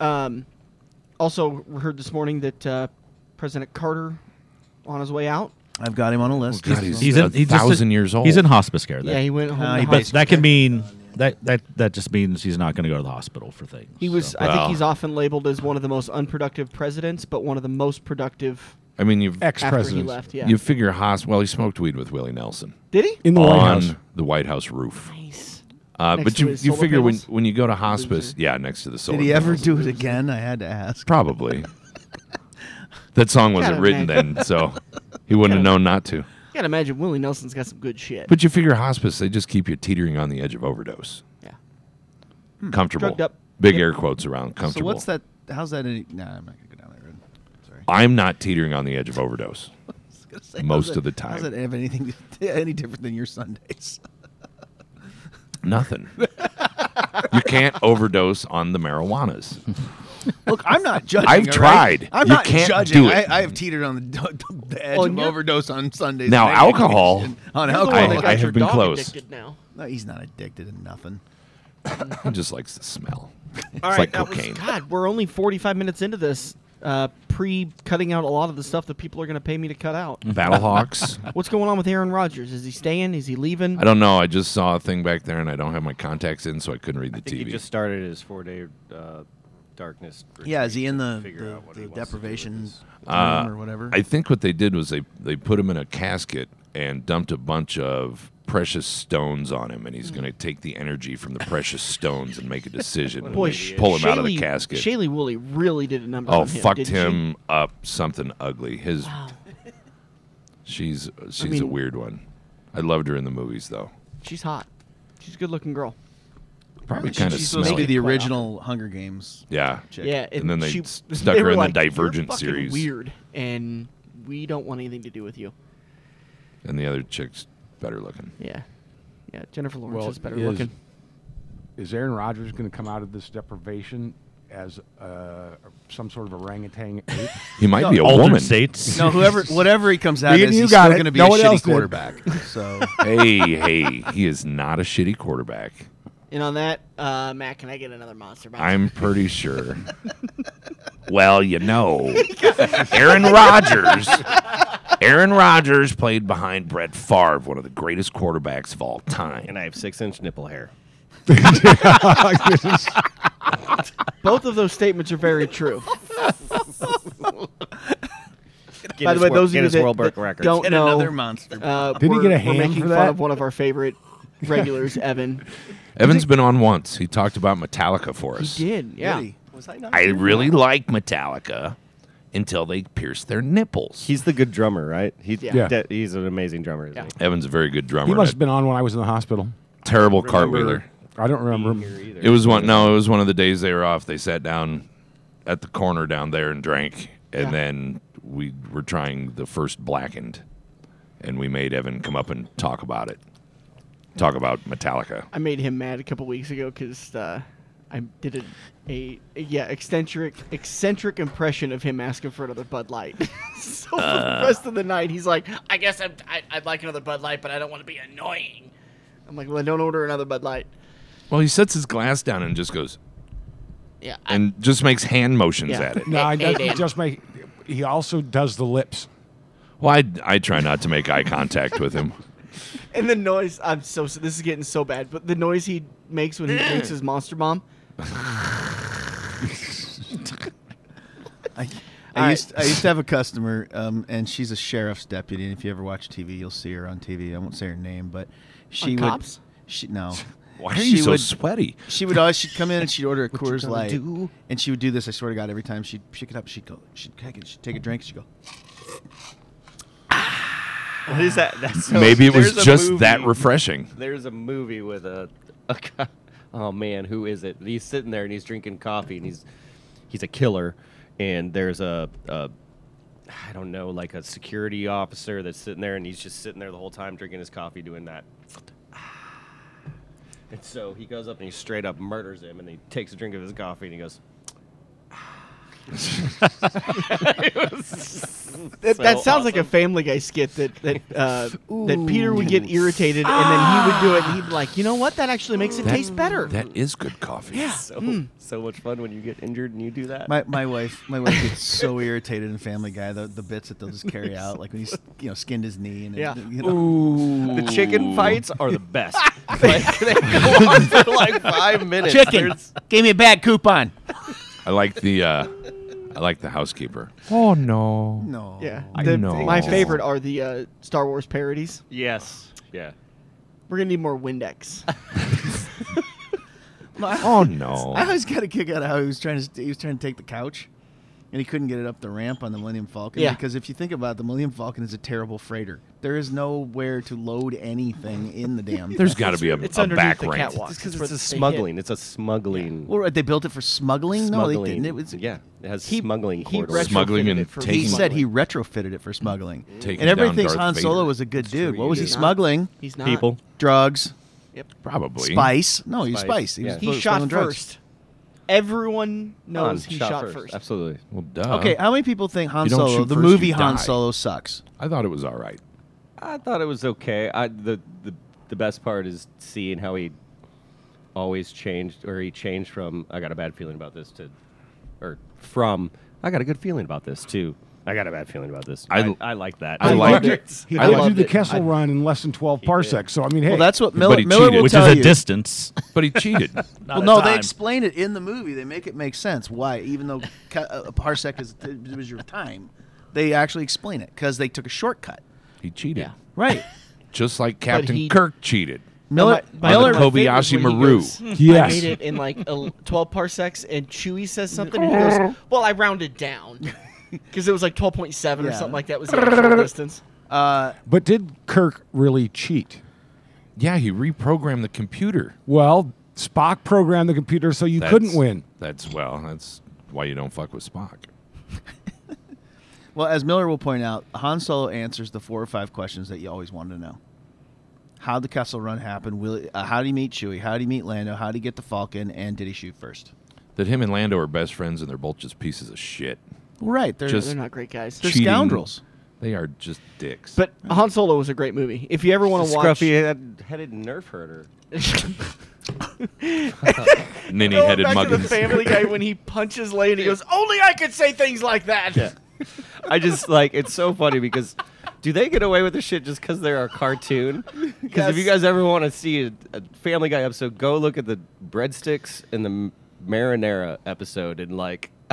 Speaker 1: Um, also heard this morning that uh, President Carter, on his way out,
Speaker 4: I've got him on a list.
Speaker 2: Oh, God, he's-
Speaker 7: He's
Speaker 2: a
Speaker 7: in he just-
Speaker 2: thousand years old.
Speaker 7: He's in hospice care. That,
Speaker 1: yeah, he went home.
Speaker 4: Uh,
Speaker 1: to
Speaker 4: he
Speaker 1: hospital.
Speaker 7: but that could mean that that that just means he's not going to go to the hospital for things.
Speaker 1: He was.
Speaker 7: so.
Speaker 1: I think
Speaker 2: Wow.
Speaker 1: he's often labeled as one of the most unproductive presidents, but one of the most productive
Speaker 2: I mean, you've,
Speaker 3: Ex
Speaker 1: after he
Speaker 3: president.
Speaker 1: left. Yeah.
Speaker 2: you figure Haas. Well, he smoked weed with Willie Nelson.
Speaker 1: Did he?
Speaker 3: In the White
Speaker 2: on
Speaker 3: House.
Speaker 2: the White House roof.
Speaker 1: Nice.
Speaker 2: Uh,
Speaker 1: Next
Speaker 2: but
Speaker 1: to
Speaker 2: you,
Speaker 1: his
Speaker 2: you
Speaker 1: solar
Speaker 2: figure when,
Speaker 1: panels?
Speaker 2: when you go to hospice,
Speaker 1: Loser.
Speaker 2: yeah, next to the solar.
Speaker 4: Did he ever
Speaker 2: panels.
Speaker 4: do it again? I had to ask.
Speaker 2: Probably. that song wasn't
Speaker 1: Gotta
Speaker 2: written
Speaker 1: imagine.
Speaker 2: then, so he wouldn't have known not to.
Speaker 1: You gotta imagine Willie Nelson's got some good shit.
Speaker 2: But you figure hospice, they just keep you teetering on the edge of overdose.
Speaker 1: yeah.
Speaker 2: Comfortable.
Speaker 1: Drugged up.
Speaker 2: Big
Speaker 1: Yep.
Speaker 2: air quotes around
Speaker 4: So
Speaker 2: comfortable.
Speaker 4: what's that? How's that? Any, nah, I'm not gonna go down that road. Sorry.
Speaker 2: I'm not teetering on the edge of overdose.
Speaker 4: I was gonna say, how's
Speaker 2: Most
Speaker 4: that-
Speaker 2: of the
Speaker 4: How's
Speaker 2: time.
Speaker 4: that have anything to, any different than your Sundays?
Speaker 2: Nothing. you can't overdose on the marijuanas.
Speaker 4: Look, I'm not judging.
Speaker 2: I've
Speaker 4: all right?
Speaker 2: tried.
Speaker 4: I'm
Speaker 2: You
Speaker 4: not
Speaker 2: can't
Speaker 4: judging.
Speaker 2: do it.
Speaker 4: I, I have teetered on the, the edge
Speaker 1: Oh,
Speaker 4: of
Speaker 1: you're-
Speaker 4: overdose on Sundays.
Speaker 2: Now,
Speaker 4: and I get
Speaker 2: alcohol-
Speaker 4: addiction On
Speaker 1: You're the one
Speaker 4: alcohol,
Speaker 1: that
Speaker 2: I-
Speaker 1: Oh, got
Speaker 2: I
Speaker 1: your
Speaker 2: have been
Speaker 1: dog
Speaker 2: close.
Speaker 1: addicted Now.
Speaker 4: No, he's not addicted to nothing.
Speaker 2: He just likes the smell.
Speaker 1: All
Speaker 2: It's
Speaker 1: right,
Speaker 2: like
Speaker 1: that was-
Speaker 2: cocaine.
Speaker 1: God, we're only 45 minutes into this, uh, pre cutting out a lot of the stuff that people are going to pay me to cut out.
Speaker 2: Battlehawks.
Speaker 1: What's going on with Aaron Rodgers? Is he staying? Is he leaving?
Speaker 2: I don't know. I just saw a thing back there, and I don't have my contacts in, so I couldn't read the
Speaker 6: I think
Speaker 2: TV.
Speaker 6: he just started his four-day uh, darkness.
Speaker 4: Yeah, is he
Speaker 6: retreat
Speaker 4: in
Speaker 6: to
Speaker 4: the,
Speaker 6: figure
Speaker 4: the,
Speaker 6: out what
Speaker 4: the
Speaker 6: he wants to do with
Speaker 4: deprivation
Speaker 6: his-
Speaker 2: Uh,
Speaker 4: room or whatever?
Speaker 2: I think what they did was they they put him in a casket and dumped a bunch of precious stones on him, and he's
Speaker 1: Mm.
Speaker 2: going to take the energy from the precious stones and make a decision.
Speaker 1: Boy,
Speaker 2: and
Speaker 1: sh-
Speaker 2: pull him out of the
Speaker 1: Shaylee-
Speaker 2: casket.
Speaker 1: Shaylee Woolley really did a number
Speaker 2: oh,
Speaker 1: on him.
Speaker 2: fucked
Speaker 1: didn't
Speaker 2: him up something ugly. His
Speaker 1: She? Wow.
Speaker 2: she's she's a
Speaker 1: mean-
Speaker 2: weird one. I loved her in the movies though.
Speaker 1: She's hot. She's a good looking girl.
Speaker 2: Probably
Speaker 4: She-
Speaker 2: kind of
Speaker 4: she's supposed to be
Speaker 2: smelly.
Speaker 4: the original Hunger Games.
Speaker 2: yeah.
Speaker 4: chick.
Speaker 1: Yeah,
Speaker 2: And then they
Speaker 1: she-
Speaker 2: s- stuck her
Speaker 1: were
Speaker 2: in the
Speaker 1: like, "You're
Speaker 2: Divergent
Speaker 1: fucking
Speaker 2: series."
Speaker 1: Weird, and we don't want anything to do with you.
Speaker 2: And the other chick's better looking.
Speaker 1: Yeah, yeah. Jennifer Lawrence
Speaker 3: Well,
Speaker 1: is better
Speaker 3: is-
Speaker 1: looking.
Speaker 3: Is Aaron Rodgers going to come out of this deprivation as uh, some sort of orangutan ape?
Speaker 2: He might be a
Speaker 7: Altered
Speaker 2: woman.
Speaker 7: states.
Speaker 4: No, whoever, whatever he comes out
Speaker 3: You-
Speaker 4: as,
Speaker 3: you
Speaker 4: he's
Speaker 3: got
Speaker 4: still
Speaker 3: it.
Speaker 4: going to be
Speaker 3: No
Speaker 4: a
Speaker 3: one else
Speaker 4: shitty
Speaker 3: did.
Speaker 4: quarterback. So
Speaker 2: hey, hey, he is not a shitty quarterback.
Speaker 1: And on that, uh, Matt, can I get another monster? Monster?
Speaker 2: I'm pretty sure. well, you know, Aaron Rodgers. Aaron Rodgers played behind Brett Favre, one of the greatest quarterbacks of all time.
Speaker 6: And I have six-inch nipple hair.
Speaker 1: Both of those statements are very true. By the way, those of you
Speaker 6: Guinness
Speaker 1: that,
Speaker 6: World
Speaker 1: that
Speaker 2: Oh,
Speaker 6: Records.
Speaker 1: don't
Speaker 4: get
Speaker 1: know,
Speaker 4: another monster.
Speaker 1: uh,
Speaker 3: Didn't he
Speaker 1: we're,
Speaker 3: get a
Speaker 1: we're
Speaker 3: hand
Speaker 1: making fun
Speaker 3: for that?
Speaker 1: of one of our favorite regulars, Evan.
Speaker 2: Evan's been on once. He talked about Metallica for
Speaker 1: He
Speaker 2: us.
Speaker 1: did, yeah.
Speaker 4: Really?
Speaker 6: Was I not?
Speaker 2: I really like Metallica until they pierce their nipples.
Speaker 6: He's the good drummer, right? He,
Speaker 1: Yeah.
Speaker 3: Yeah.
Speaker 6: that- he's an amazing drummer, isn't
Speaker 1: Yeah.
Speaker 2: Evan's a very good drummer.
Speaker 3: He
Speaker 2: and
Speaker 3: must
Speaker 2: a
Speaker 3: have been on when I was in the hospital.
Speaker 2: terrible cartwheeler.
Speaker 3: I don't
Speaker 6: he?
Speaker 3: remember.
Speaker 6: Here either.
Speaker 2: It was one. No, it was one of the days they were off. They sat down at the corner down there and drank, and
Speaker 1: Yeah.
Speaker 2: then we were trying the first blackened, and we made Evan come up and talk about it. Talk about Metallica.
Speaker 1: I made him mad a couple weeks ago because uh, I did a, a, a- yeah eccentric eccentric impression of him asking for another Bud Light. so for the rest of the night, he's like, "I guess I'm, I, I'd like another Bud Light, but I don't want to be annoying." I'm like, "Well, don't order another Bud Light."
Speaker 2: Well, he sets his glass down and just goes
Speaker 1: Yeah, I,
Speaker 2: and just makes hand motions
Speaker 1: Yeah.
Speaker 2: at it.
Speaker 3: No, I
Speaker 1: Hey,
Speaker 3: doesn't
Speaker 1: Dan.
Speaker 3: just make. He also does the lips.
Speaker 2: Well, I, I try not to make eye contact with him.
Speaker 1: and the noise. I'm so this is getting so bad, but the noise he makes when he drinks his Monster Bomb.
Speaker 4: I,
Speaker 1: All
Speaker 4: I, used, I used to have a customer, um, and she's a sheriff's deputy. And if you ever watch TV, you'll see her on TV. I won't say her name, but she would.
Speaker 1: Cops?
Speaker 4: She no.
Speaker 2: Why are
Speaker 4: she
Speaker 2: you so
Speaker 4: would,
Speaker 2: sweaty?
Speaker 4: She would always. She'd come in and she'd order a Coors
Speaker 6: gonna
Speaker 4: Light,
Speaker 6: do?
Speaker 4: and she would do this. I swear to God, every time she'd pick it up, she'd go. She'd take it. She'd take a drink. She'd go.
Speaker 6: What is that? That's so-
Speaker 2: Maybe it was
Speaker 6: there's a
Speaker 2: just
Speaker 6: movie-
Speaker 2: that refreshing.
Speaker 6: There's a movie with a, a co- oh man, who is it? He's sitting there and he's drinking coffee and he's he's a killer and there's a, a I don't know like a security officer that's sitting there and he's just sitting there the whole time drinking his coffee doing that. And so he goes up and he straight up murders him and he takes a drink of his coffee and he goes. It was
Speaker 1: That,
Speaker 6: so
Speaker 1: that sounds like a
Speaker 6: awesome.
Speaker 1: Family Guy skit that that uh, that Peter would get irritated and then he would do it and he'd be like, you know what? That actually makes it
Speaker 2: That-
Speaker 1: taste better.
Speaker 2: That is good coffee. Yeah.
Speaker 6: so
Speaker 1: Hmm.
Speaker 6: so much fun when you get injured and you do that.
Speaker 4: My, my wife my wife gets so irritated in Family Guy the, the bits that they'll just carry out like when he's you know skinned his knee and
Speaker 1: Yeah.
Speaker 4: you know.
Speaker 6: The chicken fights are the best. like, they go on for like five minutes. There's-
Speaker 4: Gave me a bad coupon.
Speaker 2: I like the uh, I like the housekeeper.
Speaker 4: No.
Speaker 1: Yeah,
Speaker 2: I
Speaker 1: The-
Speaker 2: know.
Speaker 1: my favorite are the uh, Star Wars parodies.
Speaker 6: Yes. Yeah.
Speaker 1: We're gonna need more Windex.
Speaker 2: Oh no.
Speaker 4: I always got a kick out of how he was trying to he was trying to take the couch, and he couldn't get it up the ramp on the Millennium Falcon.
Speaker 1: Yeah.
Speaker 4: Because if you think about it, the Millennium Falcon is a terrible freighter. There is nowhere to load anything in the damn. thing.
Speaker 2: There's got to be a,
Speaker 1: It's
Speaker 2: a
Speaker 1: underneath
Speaker 2: back
Speaker 1: the
Speaker 2: rank.
Speaker 1: catwalk.
Speaker 6: It's because
Speaker 1: That's
Speaker 6: it's a
Speaker 1: where they
Speaker 6: smuggling. It's a smuggling.
Speaker 4: Well, right, they built it for smuggling. No, they
Speaker 6: smuggling.
Speaker 4: didn't. It was,
Speaker 6: yeah, it has
Speaker 1: He-
Speaker 6: smuggling
Speaker 1: he retrofitted
Speaker 6: corridors.
Speaker 2: Smuggling and
Speaker 1: it for
Speaker 2: taking- Mm.
Speaker 4: He said he retrofitted it for smuggling.
Speaker 2: Taking
Speaker 4: and everybody
Speaker 2: down
Speaker 4: thinks
Speaker 2: Darth
Speaker 4: Han Solo
Speaker 2: Vader.
Speaker 4: was a good dude.
Speaker 6: true,
Speaker 4: What was he
Speaker 1: he's not.
Speaker 4: smuggling?
Speaker 1: He's not
Speaker 6: people.
Speaker 4: Drugs,
Speaker 2: Probably.
Speaker 4: spice. No, he was
Speaker 6: Spice,
Speaker 4: spice. He, was
Speaker 6: yeah.
Speaker 1: He
Speaker 4: smuggling
Speaker 1: shot
Speaker 4: drugs.
Speaker 1: first. Everyone knows
Speaker 6: Han
Speaker 1: he shot, first.
Speaker 6: Absolutely.
Speaker 2: Well, duh.
Speaker 4: Okay, how many people think Han
Speaker 2: Uh-huh. You don't
Speaker 4: Solo,
Speaker 2: shoot
Speaker 4: the
Speaker 2: first,
Speaker 4: movie
Speaker 2: you
Speaker 4: Han
Speaker 2: die.
Speaker 4: Solo, sucks?
Speaker 2: I thought it was all right.
Speaker 6: I thought it was okay. I the the the best part is seeing how he always changed or he changed from I got a bad feeling about this to or from I got a good feeling about this too. I got a bad feeling about this. I
Speaker 2: I-
Speaker 6: I, like that.
Speaker 2: I
Speaker 3: He
Speaker 2: liked
Speaker 3: did-
Speaker 2: it.
Speaker 3: He
Speaker 2: I
Speaker 3: did do
Speaker 2: loved
Speaker 3: the
Speaker 2: it.
Speaker 3: Kessel Run in less than 12 parsecs. So I mean, hey,
Speaker 4: Well, that's what
Speaker 2: But
Speaker 4: Miller,
Speaker 2: he
Speaker 4: Miller
Speaker 2: cheated.
Speaker 4: will
Speaker 7: which
Speaker 4: tell
Speaker 7: is a
Speaker 4: you.
Speaker 7: distance.
Speaker 2: But he cheated.
Speaker 7: not
Speaker 4: well,
Speaker 7: a
Speaker 4: no, they
Speaker 7: time.
Speaker 4: explain it in the movie. They make it make sense. Why, even though ca- a parsec is it was your time, they actually explain it because they took a shortcut.
Speaker 2: he cheated.
Speaker 1: Yeah.
Speaker 4: Right.
Speaker 2: Just like Captain
Speaker 1: he-
Speaker 2: Kirk cheated.
Speaker 4: Miller,
Speaker 1: My- my-
Speaker 2: On the
Speaker 4: Miller,
Speaker 1: my favorite
Speaker 2: Kobayashi
Speaker 1: is when he
Speaker 2: Maru.
Speaker 1: goes,
Speaker 3: Yes.
Speaker 1: I made it in like el- 12 parsecs, and Chewie says something, and he goes, "Well, I rounded down because it was like 12.7 or
Speaker 4: Yeah.
Speaker 1: something like that was the actual distance."
Speaker 4: uh,
Speaker 3: but did Kirk really cheat?
Speaker 2: Yeah, he reprogrammed the computer.
Speaker 3: Well, Spock programmed the computer so you
Speaker 2: That's-
Speaker 3: couldn't win.
Speaker 2: That's well. That's why you don't fuck with Spock.
Speaker 4: well, as Miller will point out, Han Solo answers the four or five questions that you always wanted to know. How did the Kessel Run happen? Will it, uh, how did he meet Chewie? How did he meet Lando? How did he get the Falcon? And did he shoot first?
Speaker 2: That him and Lando are best friends, and they're both just pieces of shit.
Speaker 4: Well, right. They're,
Speaker 2: Just-
Speaker 1: They're not great guys.
Speaker 4: they're
Speaker 2: cheating.
Speaker 4: scoundrels.
Speaker 2: They are just dicks.
Speaker 1: But Han Solo was a great movie. If you ever want to watch,
Speaker 6: scruffy headed nerf herder.
Speaker 1: Going
Speaker 2: ninny-headed
Speaker 1: back to
Speaker 2: muggins.
Speaker 1: the Family Guy when he punches Leia and he goes, "Only I could say things like that."
Speaker 6: I just like it's so funny because do they get away with this shit just because they're a cartoon? Because if you
Speaker 1: Yes.
Speaker 6: guys ever want to see a, a Family Guy episode, go look at the breadsticks and the m- marinara episode and like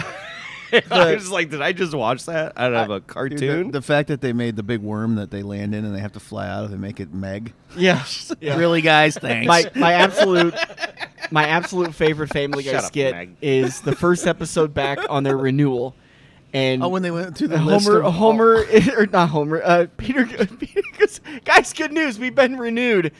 Speaker 6: I was like, did I just watch that out of a
Speaker 4: Dude,
Speaker 6: cartoon?
Speaker 4: the- the, fact that they made the big worm that they land in and they have to fly out of and make it Meg.
Speaker 6: yeah.
Speaker 1: Yeah.
Speaker 4: Really, guys? Thanks.
Speaker 1: my my absolute my absolute favorite Family Guy
Speaker 6: Shut up,
Speaker 1: skit
Speaker 6: Meg.
Speaker 1: is the first episode back on their renewal, and
Speaker 4: oh, when they went through the list
Speaker 1: Homer
Speaker 4: of-
Speaker 1: Homer or not Homer uh, Peter Peter goes guys good news we've been renewed.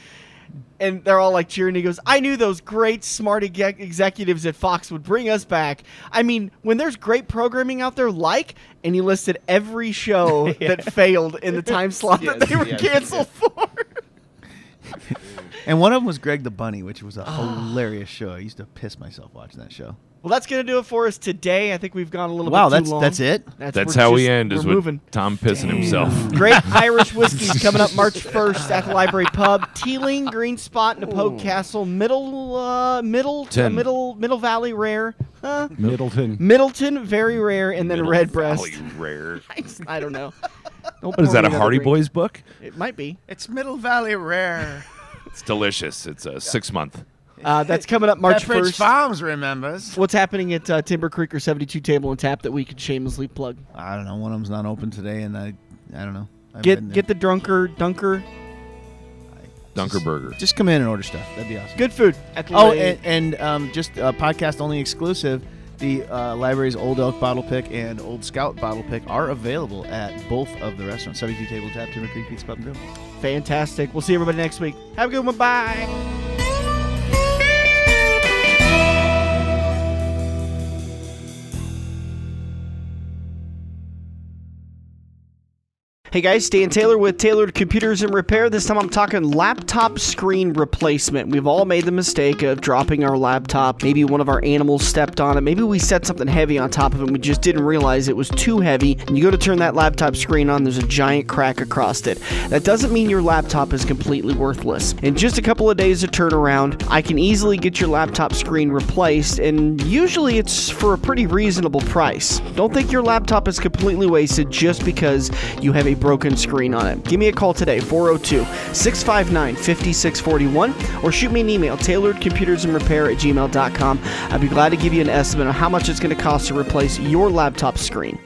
Speaker 1: And they're all like cheering. He goes, "I knew those great, smart exec- executives at Fox would bring us back. I mean, when there's great programming out there, like." And he listed every show that failed in the time slot that
Speaker 6: Yes,
Speaker 1: they were
Speaker 6: yes,
Speaker 1: canceled for.
Speaker 4: And one of them was Greg the Bunny, which was a hilarious show. I used to piss myself watching that show.
Speaker 1: Well, that's gonna do it for us today. I think we've gone a little
Speaker 4: Wow,
Speaker 1: bit too
Speaker 4: that's
Speaker 1: long.
Speaker 4: that's it.
Speaker 2: That's
Speaker 1: we're
Speaker 2: how we
Speaker 1: just-
Speaker 2: end.
Speaker 1: We're
Speaker 2: Is
Speaker 1: moving.
Speaker 2: with Tom pissing himself.
Speaker 4: Mm.
Speaker 1: Great Irish whiskeys coming up March first at the Library Pub, Teeling, Green Spot, Napoe Castle, Middle, uh, Middle, uh,
Speaker 2: Ten.
Speaker 1: Middle, Middle Valley Rare, huh?
Speaker 3: Middleton.
Speaker 1: Middleton, very rare, and then Redbreast.
Speaker 2: Valley Rare.
Speaker 1: I don't know. Don't
Speaker 2: What is
Speaker 1: pour
Speaker 2: that?
Speaker 1: me
Speaker 2: A
Speaker 1: another
Speaker 2: Hardy
Speaker 1: drink.
Speaker 2: Boys book?
Speaker 1: It might be.
Speaker 4: It's Middle Valley Rare.
Speaker 2: It's delicious. It's a six month.
Speaker 1: Uh, that's coming up March first.
Speaker 4: Farms remembers.
Speaker 1: What's happening at uh, Timber Creek or 72 Table and Tap that we could shamelessly plug?
Speaker 4: I don't know. One of them's not open today, and I I don't know. I've been
Speaker 1: Get
Speaker 4: there.
Speaker 1: get the drunker dunker.
Speaker 2: Dunkerburger.
Speaker 4: Just come in and order stuff. That'd be awesome.
Speaker 1: Good food. At the
Speaker 4: Oh,
Speaker 1: Lay-
Speaker 4: and, and um, just uh, podcast only exclusive. The uh, library's Old Elk Bottle Pick and Old Scout Bottle Pick are available at both of the restaurants. 72 Table Tap, Timber Creek Pizza Pub and Grill.
Speaker 1: fantastic. We'll see everybody next week. Have a good one. Bye. Hey guys, Dan Taylor with Tailored Computers and Repair. This time I'm talking laptop screen replacement. We've all made the mistake of dropping our laptop. Maybe one of our animals stepped on it. Maybe we set something heavy on top of it and we just didn't realize it was too heavy. And you go to turn that laptop screen on, there's a giant crack across it. That doesn't mean your laptop is completely worthless. In just a couple of days of turnaround, I can easily get your laptop screen replaced, and usually it's for a pretty reasonable price. Don't think your laptop is completely wasted just because you have a broken screen on it. Give me a call today, 402 659 5641, or shoot me an email, tailoredcomputersandrepair at gmail.com. I'd be glad to give you an estimate of how much it's going to cost to replace your laptop screen.